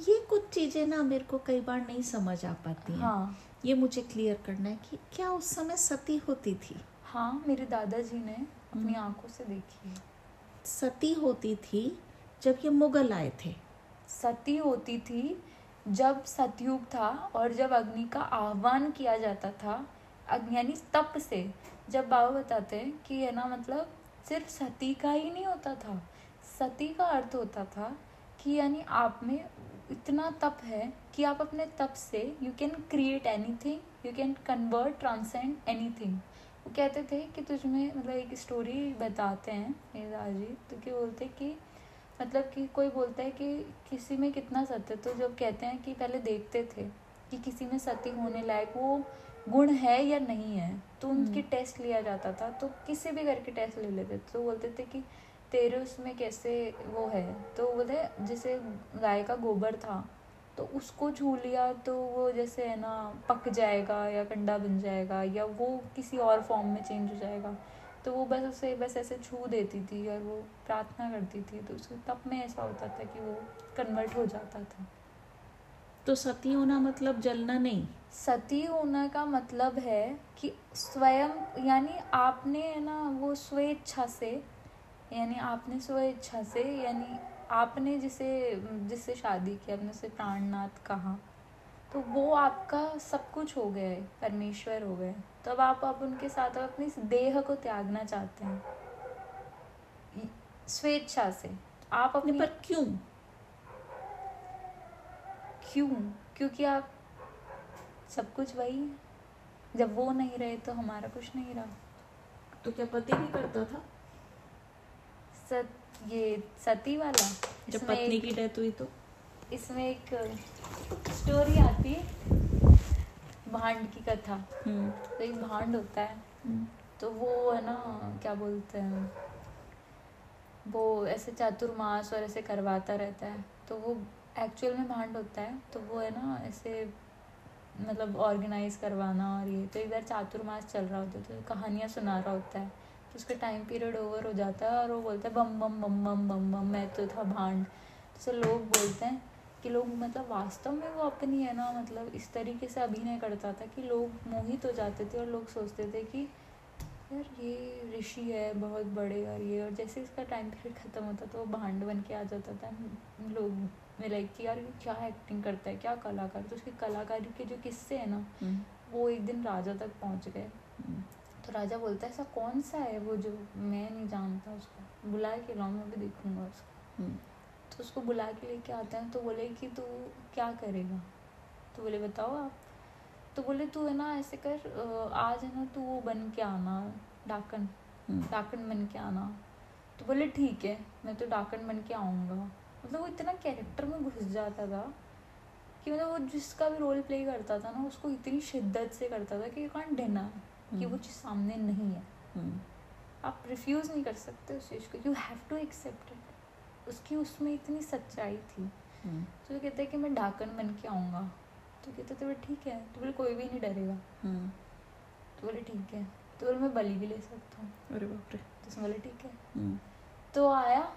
Speaker 3: ये कुछ चीजें ना मेरे को कई बार नहीं समझ आ पाती हैं
Speaker 2: हाँ
Speaker 3: ये मुझे क्लियर करना है कि क्या उस समय सती होती थी
Speaker 2: हाँ मेरे दादाजी ने अपनी आंखों से देखी है
Speaker 3: सती होती थी जब ये मुगल आए थे
Speaker 2: सती होती थी जब सतयुग था और जब अग्नि का आह्वान किया जाता था अग्नि यानी तप से जब बाबा बताते हैं कि है ना मतलब सिर्फ सती का ही नहीं होता था सती का अर्थ होता था कि यानी आप में इतना तप है कि आप अपने तप से you can create anything you can convert transcend anything वो कहते थे कि तुझमें मतलब एक स्टोरी बताते हैं मेरे दादाजी तो कि बोलते कि मतलब कि कोई बोलता है कि किसी में कितना सत्य तो जब कहते हैं कि पहले देखते थे कि किसी में सती होने लायक वो गुण है या नहीं है तो उनकी टेस्ट लिया जाता था तो किसी भी करके टेस्ट ले लेते थे तो बोलते थे कि तेरे उसमें कैसे वो है तो बोले जैसे गाय का गोबर था तो उसको छू लिया तो वो जैसे है ना पक जाएगा या कंडा बन जाएगा या वो किसी और फॉर्म में चेंज हो जाएगा तो वो बस उसे बस ऐसे छू देती थी और वो प्रार्थना करती थी तो उसके तप में ऐसा होता था कि वो कन्वर्ट हो जाता था
Speaker 3: तो सती होना मतलब जलना नहीं
Speaker 2: सती होना का मतलब है कि स्वयं यानी आपने है ना वो स्वेच्छा से यानी आपने स्वेच्छा से यानी आपने जिसे जिससे शादी की आपने उसे प्राणनाथ कहा तो वो आपका सब कुछ हो गया है परमेश्वर हो गए तब आप आप उनके साथ आप अपने इस देह को त्यागना चाहते हैं स्वेच्छा से आप
Speaker 3: नहीं,
Speaker 2: अपने
Speaker 3: पर क्यों
Speaker 2: क्यों क्योंकि आप सब कुछ वही है जब वो नहीं रहे तो हमारा कुछ नहीं रहा
Speaker 3: तो क्या पति भी करता था
Speaker 2: सत ये सती वाला
Speaker 3: जब
Speaker 2: इसमें
Speaker 3: पत्नी
Speaker 2: एक-
Speaker 3: की डेथ हुई तो
Speaker 2: इसमें एक स्टोरी आती है भांड की कथा
Speaker 3: हम्म,
Speaker 2: तो एक भांड होता है
Speaker 3: हम्म,
Speaker 2: तो वो है ना क्या बोलते हैं वो ऐसे चातुर्मास और ऐसे करवाता रहता है तो वो एक्चुअल में भांड होता है तो वो है ना ऐसे मतलब ऑर्गेनाइज करवाना और ये तो एक बार चातुर्मास चल रहा होता है तो कहानियाँ सुना रहा होता है तो उसका टाइम पीरियड ओवर हो जाता है और वो बोलता है बम बम बम बम बम बम मैं तो था भांड तो सब लोग बोलते हैं कि लोग मतलब वास्तव में वो अपनी है ना मतलब इस तरीके से अभिनय करता था कि लोग मोहित हो जाते थे और लोग सोचते थे कि यार ये ऋषि है बहुत बड़े और ये और जैसे इसका टाइम पीरियड ख़त्म होता तो वो भांड बन के आ जाता था लोग लाइक कि यार ये क्या एक्टिंग करता है क्या कलाकार तो उसकी कलाकारी के जो किस्से हैं ना
Speaker 3: हम्म,
Speaker 2: वो एक दिन राजा तक पहुंच गए
Speaker 3: हम्म,
Speaker 2: तो राजा बोलता है ऐसा कौन सा है वो जो मैं नहीं जानता उसको बुला के लाओ मैं भी देखूंगा उसको
Speaker 3: हम्म,
Speaker 2: तो उसको बुला के लेके आते हैं तो बोले कि तू क्या करेगा तो बोले बताओ आप तो बोले तू है ना ऐसे कर अ, आज है ना तू वो बन के आना डाकन
Speaker 3: हम्म,
Speaker 2: डाकन बन के आना तो बोले ठीक है मैं तो डाकन बन के आऊँगा मतलब वो इतना कैरेक्टर में घुस जाता था कि मतलब वो जिसका भी रोल प्ले करता था ना उसको इतनी शिद्दत से करता था कि यू कांट कि वो चीज़ सामने नहीं है
Speaker 3: हम्म,
Speaker 2: आप रिफ्यूज़ नहीं कर सकते उस चीज़ को you have to accept it उसकी उसमें इतनी सच्चाई थी
Speaker 3: हम्म,
Speaker 2: तो वो कहते हैं कि मैं डाकन बन के आऊँगा तो कहते थे "बट ठीक है तो बोले कोई भी नहीं डरेगा
Speaker 3: हम्म,
Speaker 2: तो बोले ठीक है तो बोले मैं बलि भी ले सकता हूँ
Speaker 3: अरे बाप रे
Speaker 2: तो उसने बोले ठीक है
Speaker 3: हम्म,
Speaker 2: तो आया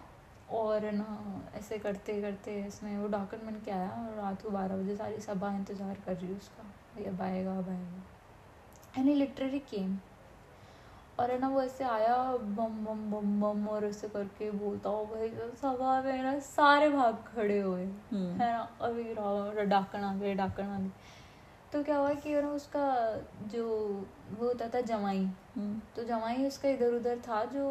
Speaker 2: और ना ऐसे करते करते इसने वो डाकन बन के आया और रात को बारह बजे सारी सभा इंतज़ार कर रही है उसका भाई अब आएगा अब आएगा एंड ही लिटरली केम और है ना वो ऐसे आया बम बम बम बम और ऐसे करके बोलता हो भाई सब सभा में ना सारे भाग खड़े हुए
Speaker 3: हम्म,
Speaker 2: है ना अभी राव- डाकन आ गए डाकन आ गए तो क्या हुआ कि ना उसका जो वो होता था जमाई
Speaker 3: हम्म,
Speaker 2: तो जमाई उसका इधर उधर था जो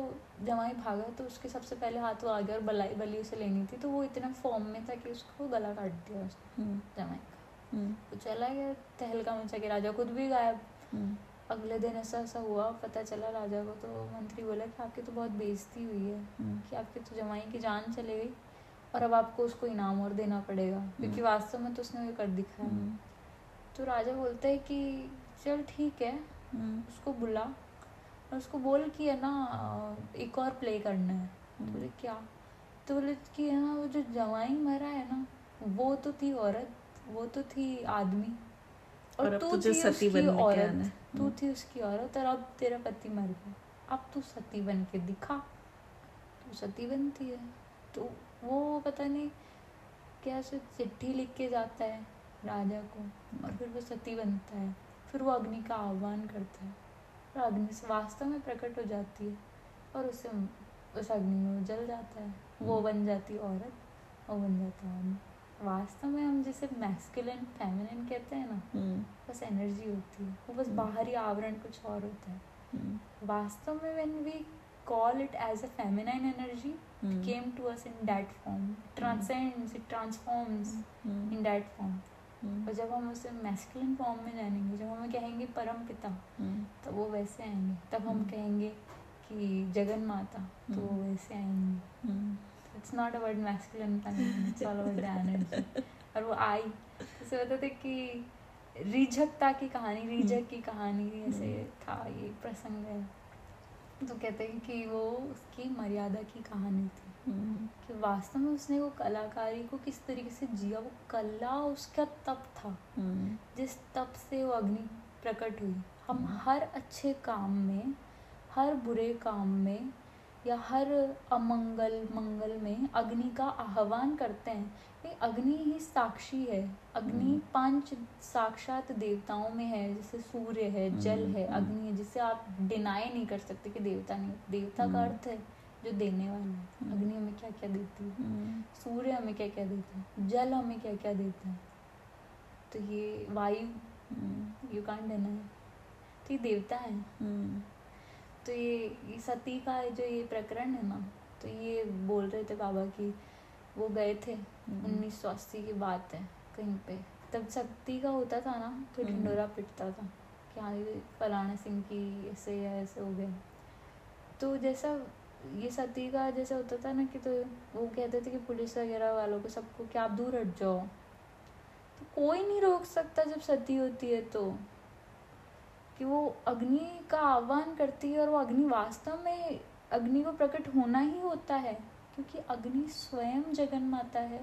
Speaker 2: जमाई भागा तो उसके सबसे पहले हाथ वो आ गया और बलाई बली उसे लेनी थी तो वो इतना फॉर्म में था कि उसको गला काट दिया उसने
Speaker 3: हम्म,
Speaker 2: जमाई का
Speaker 3: हम्म,
Speaker 2: तो चला गया तहलका मचा के राजा खुद भी गायब
Speaker 3: हम्म,
Speaker 2: अगले दिन ऐसा ऐसा हुआ पता चला राजा को तो मंत्री बोला कि आपकी तो बहुत बेइज्जती हुई है
Speaker 3: हम्म,
Speaker 2: कि आपके तो जमाई की जान चली गई और अब आपको उसको इनाम और देना पड़ेगा क्योंकि वास्तव में तो उसने ये कर दिखाया
Speaker 3: हम्म,
Speaker 2: तो राजा बोलता है कि चल ठीक है
Speaker 3: हम्म,
Speaker 2: उसको बुला और उसको बोल कि है ना
Speaker 3: हाँ।
Speaker 2: अ, एक और प्ले करना है तो बोले
Speaker 3: हम्म।
Speaker 2: क्या तो बोले कि है ना वो जो जवाई मरा है ना वो तो थी औरत वो तो थी आदमी
Speaker 3: और
Speaker 2: और
Speaker 3: अब
Speaker 2: तू
Speaker 3: तुझे
Speaker 2: थी
Speaker 3: सती
Speaker 2: उसकी
Speaker 3: बनने के आना
Speaker 2: औरत
Speaker 3: है। हम्म।
Speaker 2: तू थी उसकी औरत और अब तेरा पति मर गया अब तू सती बन के दिखा तू सती बनती है तो वो पता नहीं क्या से चिट्ठी लिख के जाता है राजा को और फिर वो सती बनता है फिर वो अग्नि का आह्वान करता है और अग्नि से वास्तव में प्रकट हो जाती है और उसे उस अग्नि में वो जल जाता है वो बन जाती है औरत और बन जाता है आदमी वास्तव में हम जिसे मैस्कुलिन फेमिनिन कहते हैं ना
Speaker 3: हम्म,
Speaker 2: बस एनर्जी होती है वो बस बाहरी आवरण कुछ और होता है
Speaker 3: हम्म,
Speaker 2: वास्तव में when we call it as a feminine energy
Speaker 3: Hmm.
Speaker 2: came to us in that form transcends it transforms
Speaker 3: hmm,
Speaker 2: in that form
Speaker 3: hmm,
Speaker 2: और जब हम उसे मैस्कुलिन फॉर्म में जानेंगे जब हमें कहेंगे परम पिता
Speaker 3: हम्म,
Speaker 2: तब वो वैसे आएंगे तब हम कहेंगे कि जगन माता तो वो वैसे आएंगे
Speaker 3: हम्म,
Speaker 2: it's not about masculine feminine it's all about the energy और वो आई उसे बताते कि रिझकता की कहानी रिझक की कहानी ऐसे था ये प्रसंग है तो कहते हैं कि वो उसकी मर्यादा की कहानी थी
Speaker 3: हम्म,
Speaker 2: कि वास्तव में उसने वो कलाकारी को किस तरीके से जिया वो कला उसका तप था
Speaker 3: हम्म,
Speaker 2: जिस तप से वो अग्नि प्रकट हुई हम हर अच्छे काम में हर बुरे काम में या हर अमंगल मंगल में अग्नि का आह्वान करते हैं ये अग्नि ही साक्षी है अग्नि पांच साक्षात देवताओं में है जैसे सूर्य है जल है अग्नि है जिसे आप डिनाई नहीं कर सकते कि देवता नहीं देवता का अर्थ है जो देने वाला है अग्नि हमें क्या क्या देती है
Speaker 3: हम्म,
Speaker 2: सूर्य हमें क्या क्या देता है जल हमें क्या क्या देता है तो ये वायु
Speaker 3: हम्म,
Speaker 2: यू कांट डिनाई तो ये देवता है
Speaker 3: हम्म,
Speaker 2: तो ये, ये सती का जो ये प्रकरण है ना तो ये बोल रहे थे बाबा कि वो गए थे उन्नीस सौ अस्सी की बात है कहीं पे तब सती का होता था ना तो ढिंडोरा पिटता था कि हाँ ये फलाना सिंह की ऐसे या ऐसे हो गए तो जैसा ये सती का जैसे होता था ना कि तो वो कहते थे कि पुलिस वगैरह वालों को सबको कि आप दूर हट जाओ तो कोई नहीं रोक सकता जब सती होती है तो कि वो अग्नि का आह्वान करती है और वो अग्नि वास्तव में अग्नि को प्रकट होना ही होता है क्योंकि अग्नि स्वयं जगन माता है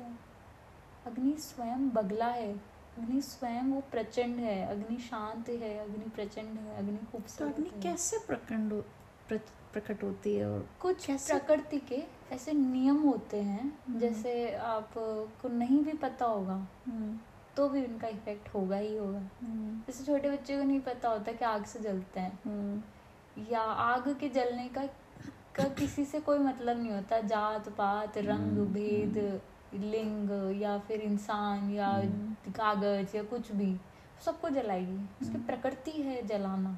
Speaker 2: अग्नि स्वयं बगला है अग्नि स्वयं वो प्रचंड है अग्नि शांत है अग्नि प्रचंड है अग्नि
Speaker 3: तो
Speaker 2: खूबसूरत
Speaker 3: अग्नि
Speaker 2: है।
Speaker 3: कैसे प्रकंड हो- प्रच- प्रकट होती है और
Speaker 2: कुछ
Speaker 3: कैसे? हम्म।
Speaker 2: प्रकृति के ऐसे नियम होते हैं जैसे आप को नहीं भी पता होगा तो भी उनका इफेक्ट होगा ही होगा जैसे छोटे बच्चे को नहीं पता होता कि आग से जलते हैं या आग के जलने का का किसी से कोई मतलब नहीं होता जात पात रंग भेद लिंग या फिर इंसान या कागज या कुछ भी सबको जलाएगी उसकी प्रकृति है जलाना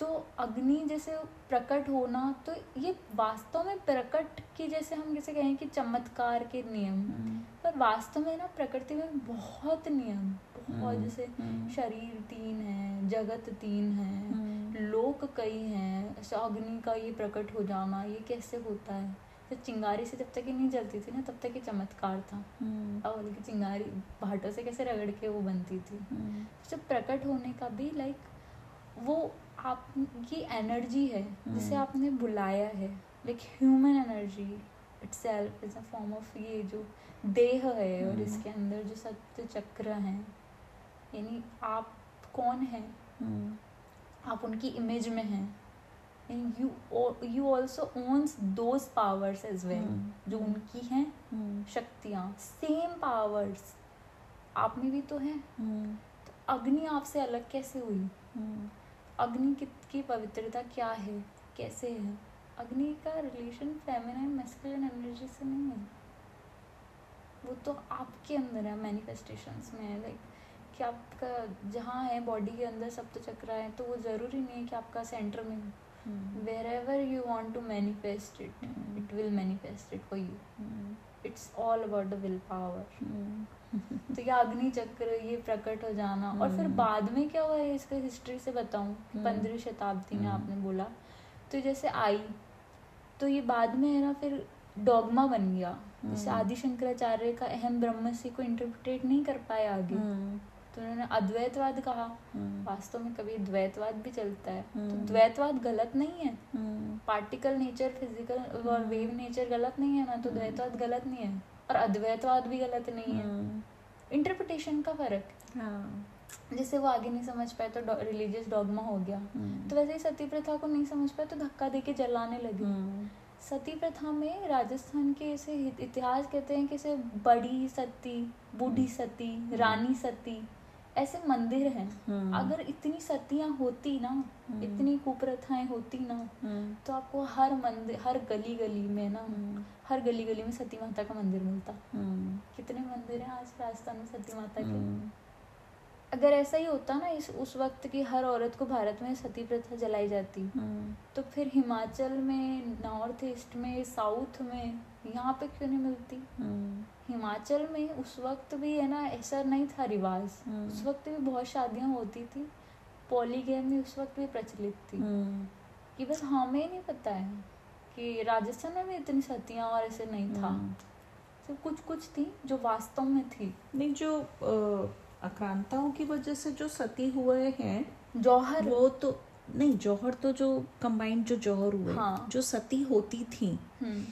Speaker 2: तो अग्नि जैसे प्रकट होना तो ये वास्तव में प्रकट की जैसे हम जैसे कहें कि चमत्कार के नियम
Speaker 3: हम्म।
Speaker 2: पर वास्तव में ना प्रकृति में बहुत नियम बहुत
Speaker 3: हम्म।
Speaker 2: जैसे शरीर तीन है जगत तीन
Speaker 3: हम्म।
Speaker 2: है लोक कई हैं ऐसे अग्नि का ये प्रकट हो जाना ये कैसे होता है तो चिंगारी से जब तक ये नहीं जलती थी ना तब तक ये चमत्कार था और उनकी चिंगारी भाटों से कैसे रगड़ के वो बनती थी तो प्रकट होने का भी लाइक वो आपकी एनर्जी है जिसे आपने बुलाया है like human energy it's is a form of ये जो देह है और इसके अंदर जो सत्य चक्र हैं यानी आप कौन हैं आप उनकी इमेज में हैं you you also owns those powers as well जो उनकी हैं शक्तियाँ सेम पावर्स आप में भी तो हैं तो अग्नि आपसे अलग कैसे हुई अग्नि की, की पवित्रता क्या है कैसे है अग्नि का रिलेशन फेमिनाइन मैस्कुलिन एनर्जी से नहीं है वो तो आपके अंदर है मैनिफेस्टेशंस में है लाइक कि आपका जहाँ है बॉडी के अंदर सब तो चक्र है तो वो ज़रूरी नहीं है कि आपका सेंटर में हो wherever you want to manifest it it will manifest it for you it's all about the will power तो ये अग्नि चक्र ये प्रकट हो जाना और फिर बाद में क्या हुआ है इसका हिस्ट्री से बताऊं पंद्रहवीं शताब्दी में आपने बोला तो जैसे आई तो ये बाद में है ना फिर डॉगमा बन गया जैसे आदि शंकराचार्य का अहम ब्रह्म से को इंटरप्रिटेट नहीं कर पाए आगे
Speaker 3: हम्म।
Speaker 2: तो उन्होंने अद्वैतवाद कहा वास्तव में कभी द्वैतवाद भी चलता है तो द्वैतवाद गलत नहीं है पार्टिकल नेचर फिजिकल और वेव नेचर uh, गलत नहीं है ना तो द्वैतवाद गलत नहीं है और अद्वैतवाद भी गलत नहीं है इंटरप्रिटेशन का फर्क जैसे वो आगे नहीं समझ पाए तो रिलीजियस डॉगमा हो गया तो वैसे ही सती प्रथा को नहीं समझ पाए तो धक्का देके जलाने
Speaker 3: Hmm.
Speaker 2: लगे सती प्रथा में राजस्थान के इसे इत- इतिहास कहते हैं कि इसे बड़ी सती बूढ़ी सती रानी सती ऐसे मंदिर हैं
Speaker 3: Hmm.
Speaker 2: अगर इतनी सतियां होती ना इतनी कुप्रथाएं होती ना तो आपको हर मंदिर हर गली गली में ना हर गली गली में सती माता का मंदिर मिलता कितने मंदिर हैं आज राजस्थान में सती माता
Speaker 3: हम्म।
Speaker 2: के अगर ऐसा ही होता ना इस उस वक्त की हर औरत को भारत में सती प्रथा जलाई जाती तो फिर हिमाचल में नॉर्थ ईस्ट में साउथ में यहाँ पे क्यों नहीं मिलती हिमाचल में उस वक्त भी है ना ऐसा नहीं था रिवाज उस वक्त भी बहुत शादियाँ होती थी पॉलीगैमी उस वक्त भी प्रचलित थी कि बस हमें नहीं पता है कि राजस्थान में भी इतनी सतियाँ और ऐसे नहीं था
Speaker 3: हम्म।
Speaker 2: सिर्फ कुछ कुछ थी जो वास्तव में थी
Speaker 3: नहीं जो अ, आक्रांताओं की वजह से जो सती हुए हैं
Speaker 2: जौहर
Speaker 3: वो तो नहीं जौहर तो जो कंबाइंड जो जौहर हुए
Speaker 2: हाँ।
Speaker 3: जो सती होती थी
Speaker 2: हम्म,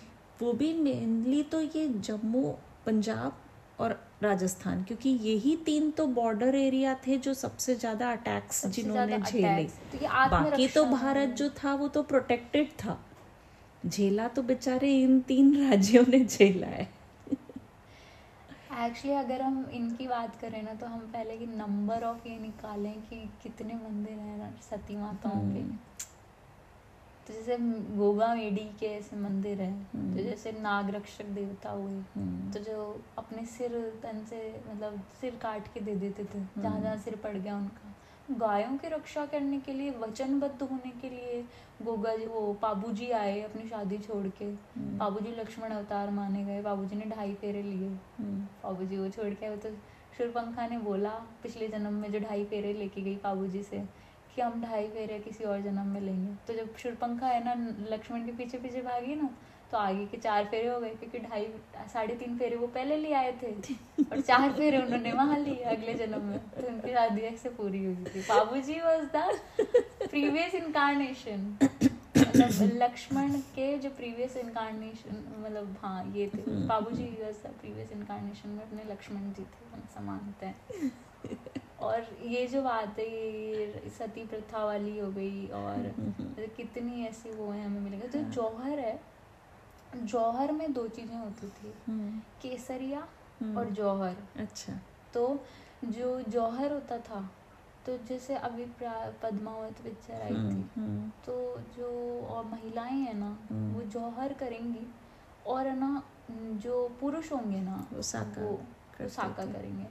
Speaker 3: वो भी मेनली तो ये जम्मू पंजाब और राजस्थान क्योंकि यही तीन तो बॉर्डर एरिया थे जो सबसे ज्यादा अटैक्स
Speaker 2: सबसे
Speaker 3: जिन्होंने
Speaker 2: ज्यादा
Speaker 3: झेले
Speaker 2: attacks। तो ये आत्मरक्षा
Speaker 3: बाकी तो
Speaker 2: है।
Speaker 3: भारत जो था वो तो प्रोटेक्टेड था झेला तो बेचारे इन तीन राज्यों ने झेला है
Speaker 2: एक्चुअली अगर हम इनकी बात करें ना तो हम पहले की नंबर ऑफ ये निकालें कि कितने मंदिर हैं ना सती माताओं के
Speaker 3: हम्म।
Speaker 2: तो जैसे गोगा मेडी के ऐसे मंदिर हैं
Speaker 3: हम्म।
Speaker 2: तो जैसे नाग रक्षक देवता हुए तो जो अपने सिर तन से मतलब सिर काट के दे देते थे जहाँ जहाँ सिर पड़ गया उनका गायों की रक्षा करने के लिए वचनबद्ध होने के लिए गोगा जी वो बाबू जी आए अपनी शादी छोड़ के बाबू जी लक्ष्मण अवतार माने गए बाबू जी ने ढाई फेरे लिए
Speaker 3: हम्म,
Speaker 2: बाबू जी वो छोड़ के आए तो शुरपंखा ने बोला पिछले जन्म में जो ढाई फेरे लेके गई बाबू जी से कि हम ढाई फेरे किसी और जन्म में लेंगे तो जब शूर्पंखा है ना लक्ष्मण के पीछे पीछे भागी ना तो आगे के चार फेरे हो गए क्योंकि ढाई साढ़े तीन फेरे वो पहले ले आए थे और चार फेरे उन्होंने वहां लिए अगले जन्म में तो उनकी शादी ऐसे पूरी हुई थी Babu ji was the previous incarnation मतलब लक्ष्मण के जो प्रीवियस इनकारनेशन मतलब हाँ ये थे Babu ji was the previous incarnation में अपने लक्ष्मण जी थे समानते हैं और ये जो बात है ये सती प्रथा वाली हो गई और
Speaker 3: हम्म।
Speaker 2: मतलब कितनी ऐसी वो है हमें मिलेगा जो जौहर है जौहर में दो चीजें होती थी
Speaker 3: हम्म।
Speaker 2: केसरिया और जौहर
Speaker 3: अच्छा
Speaker 2: तो जो जौहर होता था तो जैसे अभी पद्मावत पिक्चर आई
Speaker 3: हम्म।
Speaker 2: थी तो जो और महिलाएं हैं ना वो जौहर करेंगी और है ना जो पुरुष होंगे ना
Speaker 3: वो साका हम्म,
Speaker 2: वो वो साका करेंगे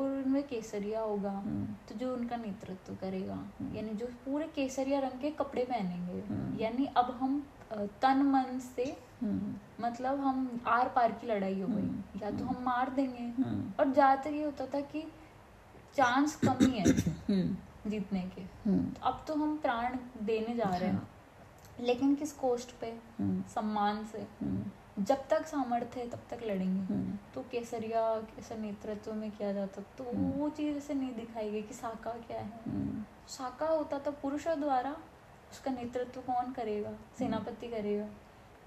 Speaker 2: और उनमें केसरिया होगा तो जो उनका नेतृत्व करेगा यानी जो पूरे केसरिया रंग के कपड़े पहनेंगे यानी अब हम तन मन से
Speaker 3: हम्म,
Speaker 2: मतलब हम आर पार की लड़ाई हो गई या तो हम मार देंगे
Speaker 3: हम्म,
Speaker 2: और ज्यादातर ये होता था कि चांस कमी है
Speaker 3: हम्म,
Speaker 2: जीतने के तो अब तो हम प्राण देने जा रहे
Speaker 3: हम्म,
Speaker 2: हैं
Speaker 3: हाँ।
Speaker 2: लेकिन किस कोस्ट पे सम्मान से
Speaker 3: हम्म,
Speaker 2: जब तक सामर्थ्य है तब तक लड़ेंगे तो केसरिया ऐसा नेतृत्व में किया जाता तो वो चीज ऐसे नहीं दिखाई गई कि साका क्या है
Speaker 3: हम्म,
Speaker 2: साका होता था पुरुषों द्वारा उसका नेतृत्व कौन करेगा सेनापति करेगा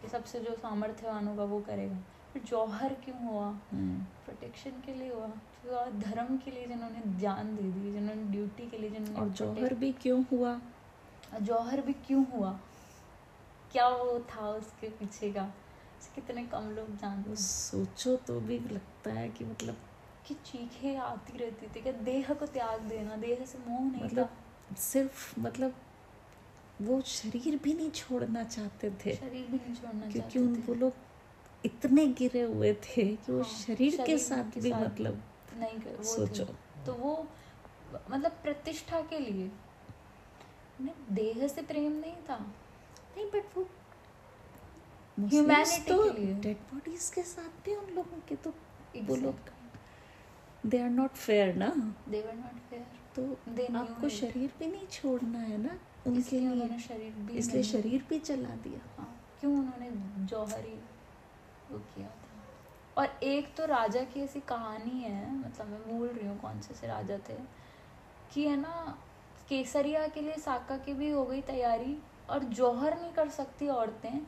Speaker 2: कि सबसे जो सामर्थ्यवान होगा वो करेगा फिर जौहर क्यों हुआ
Speaker 3: हम्म।
Speaker 2: प्रोटेक्शन के लिए हुआ तो धर्म के लिए जिन्होंने जान दे दी जिन्होंने ड्यूटी के लिए जिन्होंने
Speaker 3: और जौहर भी क्यों हुआ
Speaker 2: जौहर भी क्यों हुआ क्या वो था उसके पीछे का कितने कम लोग जानते हैं
Speaker 3: सोचो तो भी लगता है कि मतलब
Speaker 2: कि चीखें आती रहती थी कि देह को त्याग देना देह से मोह नहीं
Speaker 3: मतलब सिर्फ मतलब वो शरीर भी नहीं छोड़ना चाहते थे
Speaker 2: शरीर भी नहीं छोड़ना
Speaker 3: क्योंकि
Speaker 2: चाहते
Speaker 3: उन
Speaker 2: थे
Speaker 3: वो लोग इतने गिरे हुए थे कि वो
Speaker 2: हाँ,
Speaker 3: शरीर के
Speaker 2: शरीर
Speaker 3: साथ
Speaker 2: के
Speaker 3: भी
Speaker 2: साथ
Speaker 3: मतलब
Speaker 2: नहीं कर वो
Speaker 3: सोचो
Speaker 2: थी। तो वो मतलब प्रतिष्ठा के लिए उन्हें देह से प्रेम नहीं था
Speaker 3: नहीं बट वो
Speaker 2: Humanity
Speaker 3: तो
Speaker 2: के लिए।
Speaker 3: डेड बॉडीज के साथ भी उन लोगों के तो वो
Speaker 2: Exactly.
Speaker 3: लोग दे आर नॉट फेयर ना
Speaker 2: They were not fair.
Speaker 3: तो
Speaker 2: They knew
Speaker 3: आपको
Speaker 2: it.
Speaker 3: शरीर भी नहीं छोड़ना है ना उनके
Speaker 2: इसलिए
Speaker 3: लिए
Speaker 2: उन्होंने शरीर भी
Speaker 3: इसलिए
Speaker 2: नहीं-
Speaker 3: शरीर भी चला दिया
Speaker 2: हाँ, क्यों उन्होंने जौहरी वो किया था और एक तो राजा की ऐसी कहानी है मतलब मैं भूल रही हूँ कौन से से राजा थे कि है ना केसरिया के लिए साका की भी हो गई तैयारी और जौहर नहीं कर सकती औरतें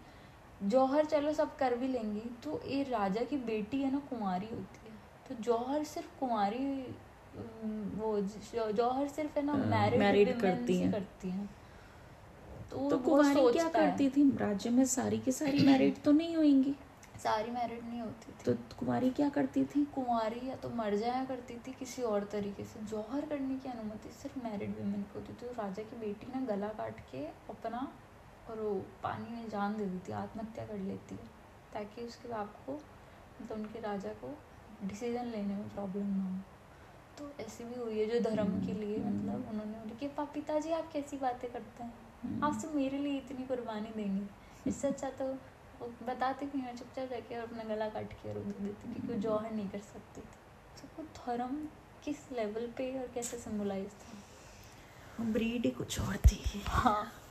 Speaker 2: जौहर चलो सब कर भी लेंगी तो ये राजा की बेटी है ना कुमारी होती है तो जौहर सिर्फ कुमारी अम, वो जौ- जौहर सिर्फ है ना
Speaker 3: हाँ,
Speaker 2: मैरिड
Speaker 3: married करती
Speaker 2: करती
Speaker 3: हैं।
Speaker 2: हैं करती हैं तो,
Speaker 3: तो
Speaker 2: वो
Speaker 3: कुमारी क्या
Speaker 2: सोचता है।
Speaker 3: करती थी राज्य में सारी की सारी मैरिड तो नहीं होंगी
Speaker 2: सारी मैरिड नहीं होती थी
Speaker 3: तो कुमारी क्या करती थी
Speaker 2: कुंवारी या तो मर जाया करती थी किसी और तरीके से जौहर करने की अनुमति सिर्फ मैरिड वीमेन को होती थी तो राजा की बेटी ने गला काट के अपना और वो पानी में जान दे देती आत्महत्या कर लेती ताकि उसके बाप को मतलब उनके राजा को डिसीजन लेने में प्रॉब्लम ना हो तो ऐसी भी हुई है जो धर्म के लिए मतलब उन्होंने बोली कि "पा- पिताजी आप कैसी बातें करते हैं आप सिर्फ मेरे लिए इतनी कुर्बानी देंगे इससे अच्छा तो वो बताते क्यों हैं? चुपचाप रह के और अपना गला काट के रो देते क्योंकि वो जौहर नहीं कर सकती थी तो वो धर्म किस लेवल पे और कैसे सिम्बलाइज था
Speaker 3: ब्रीड ही कुछ और थी
Speaker 2: हाँ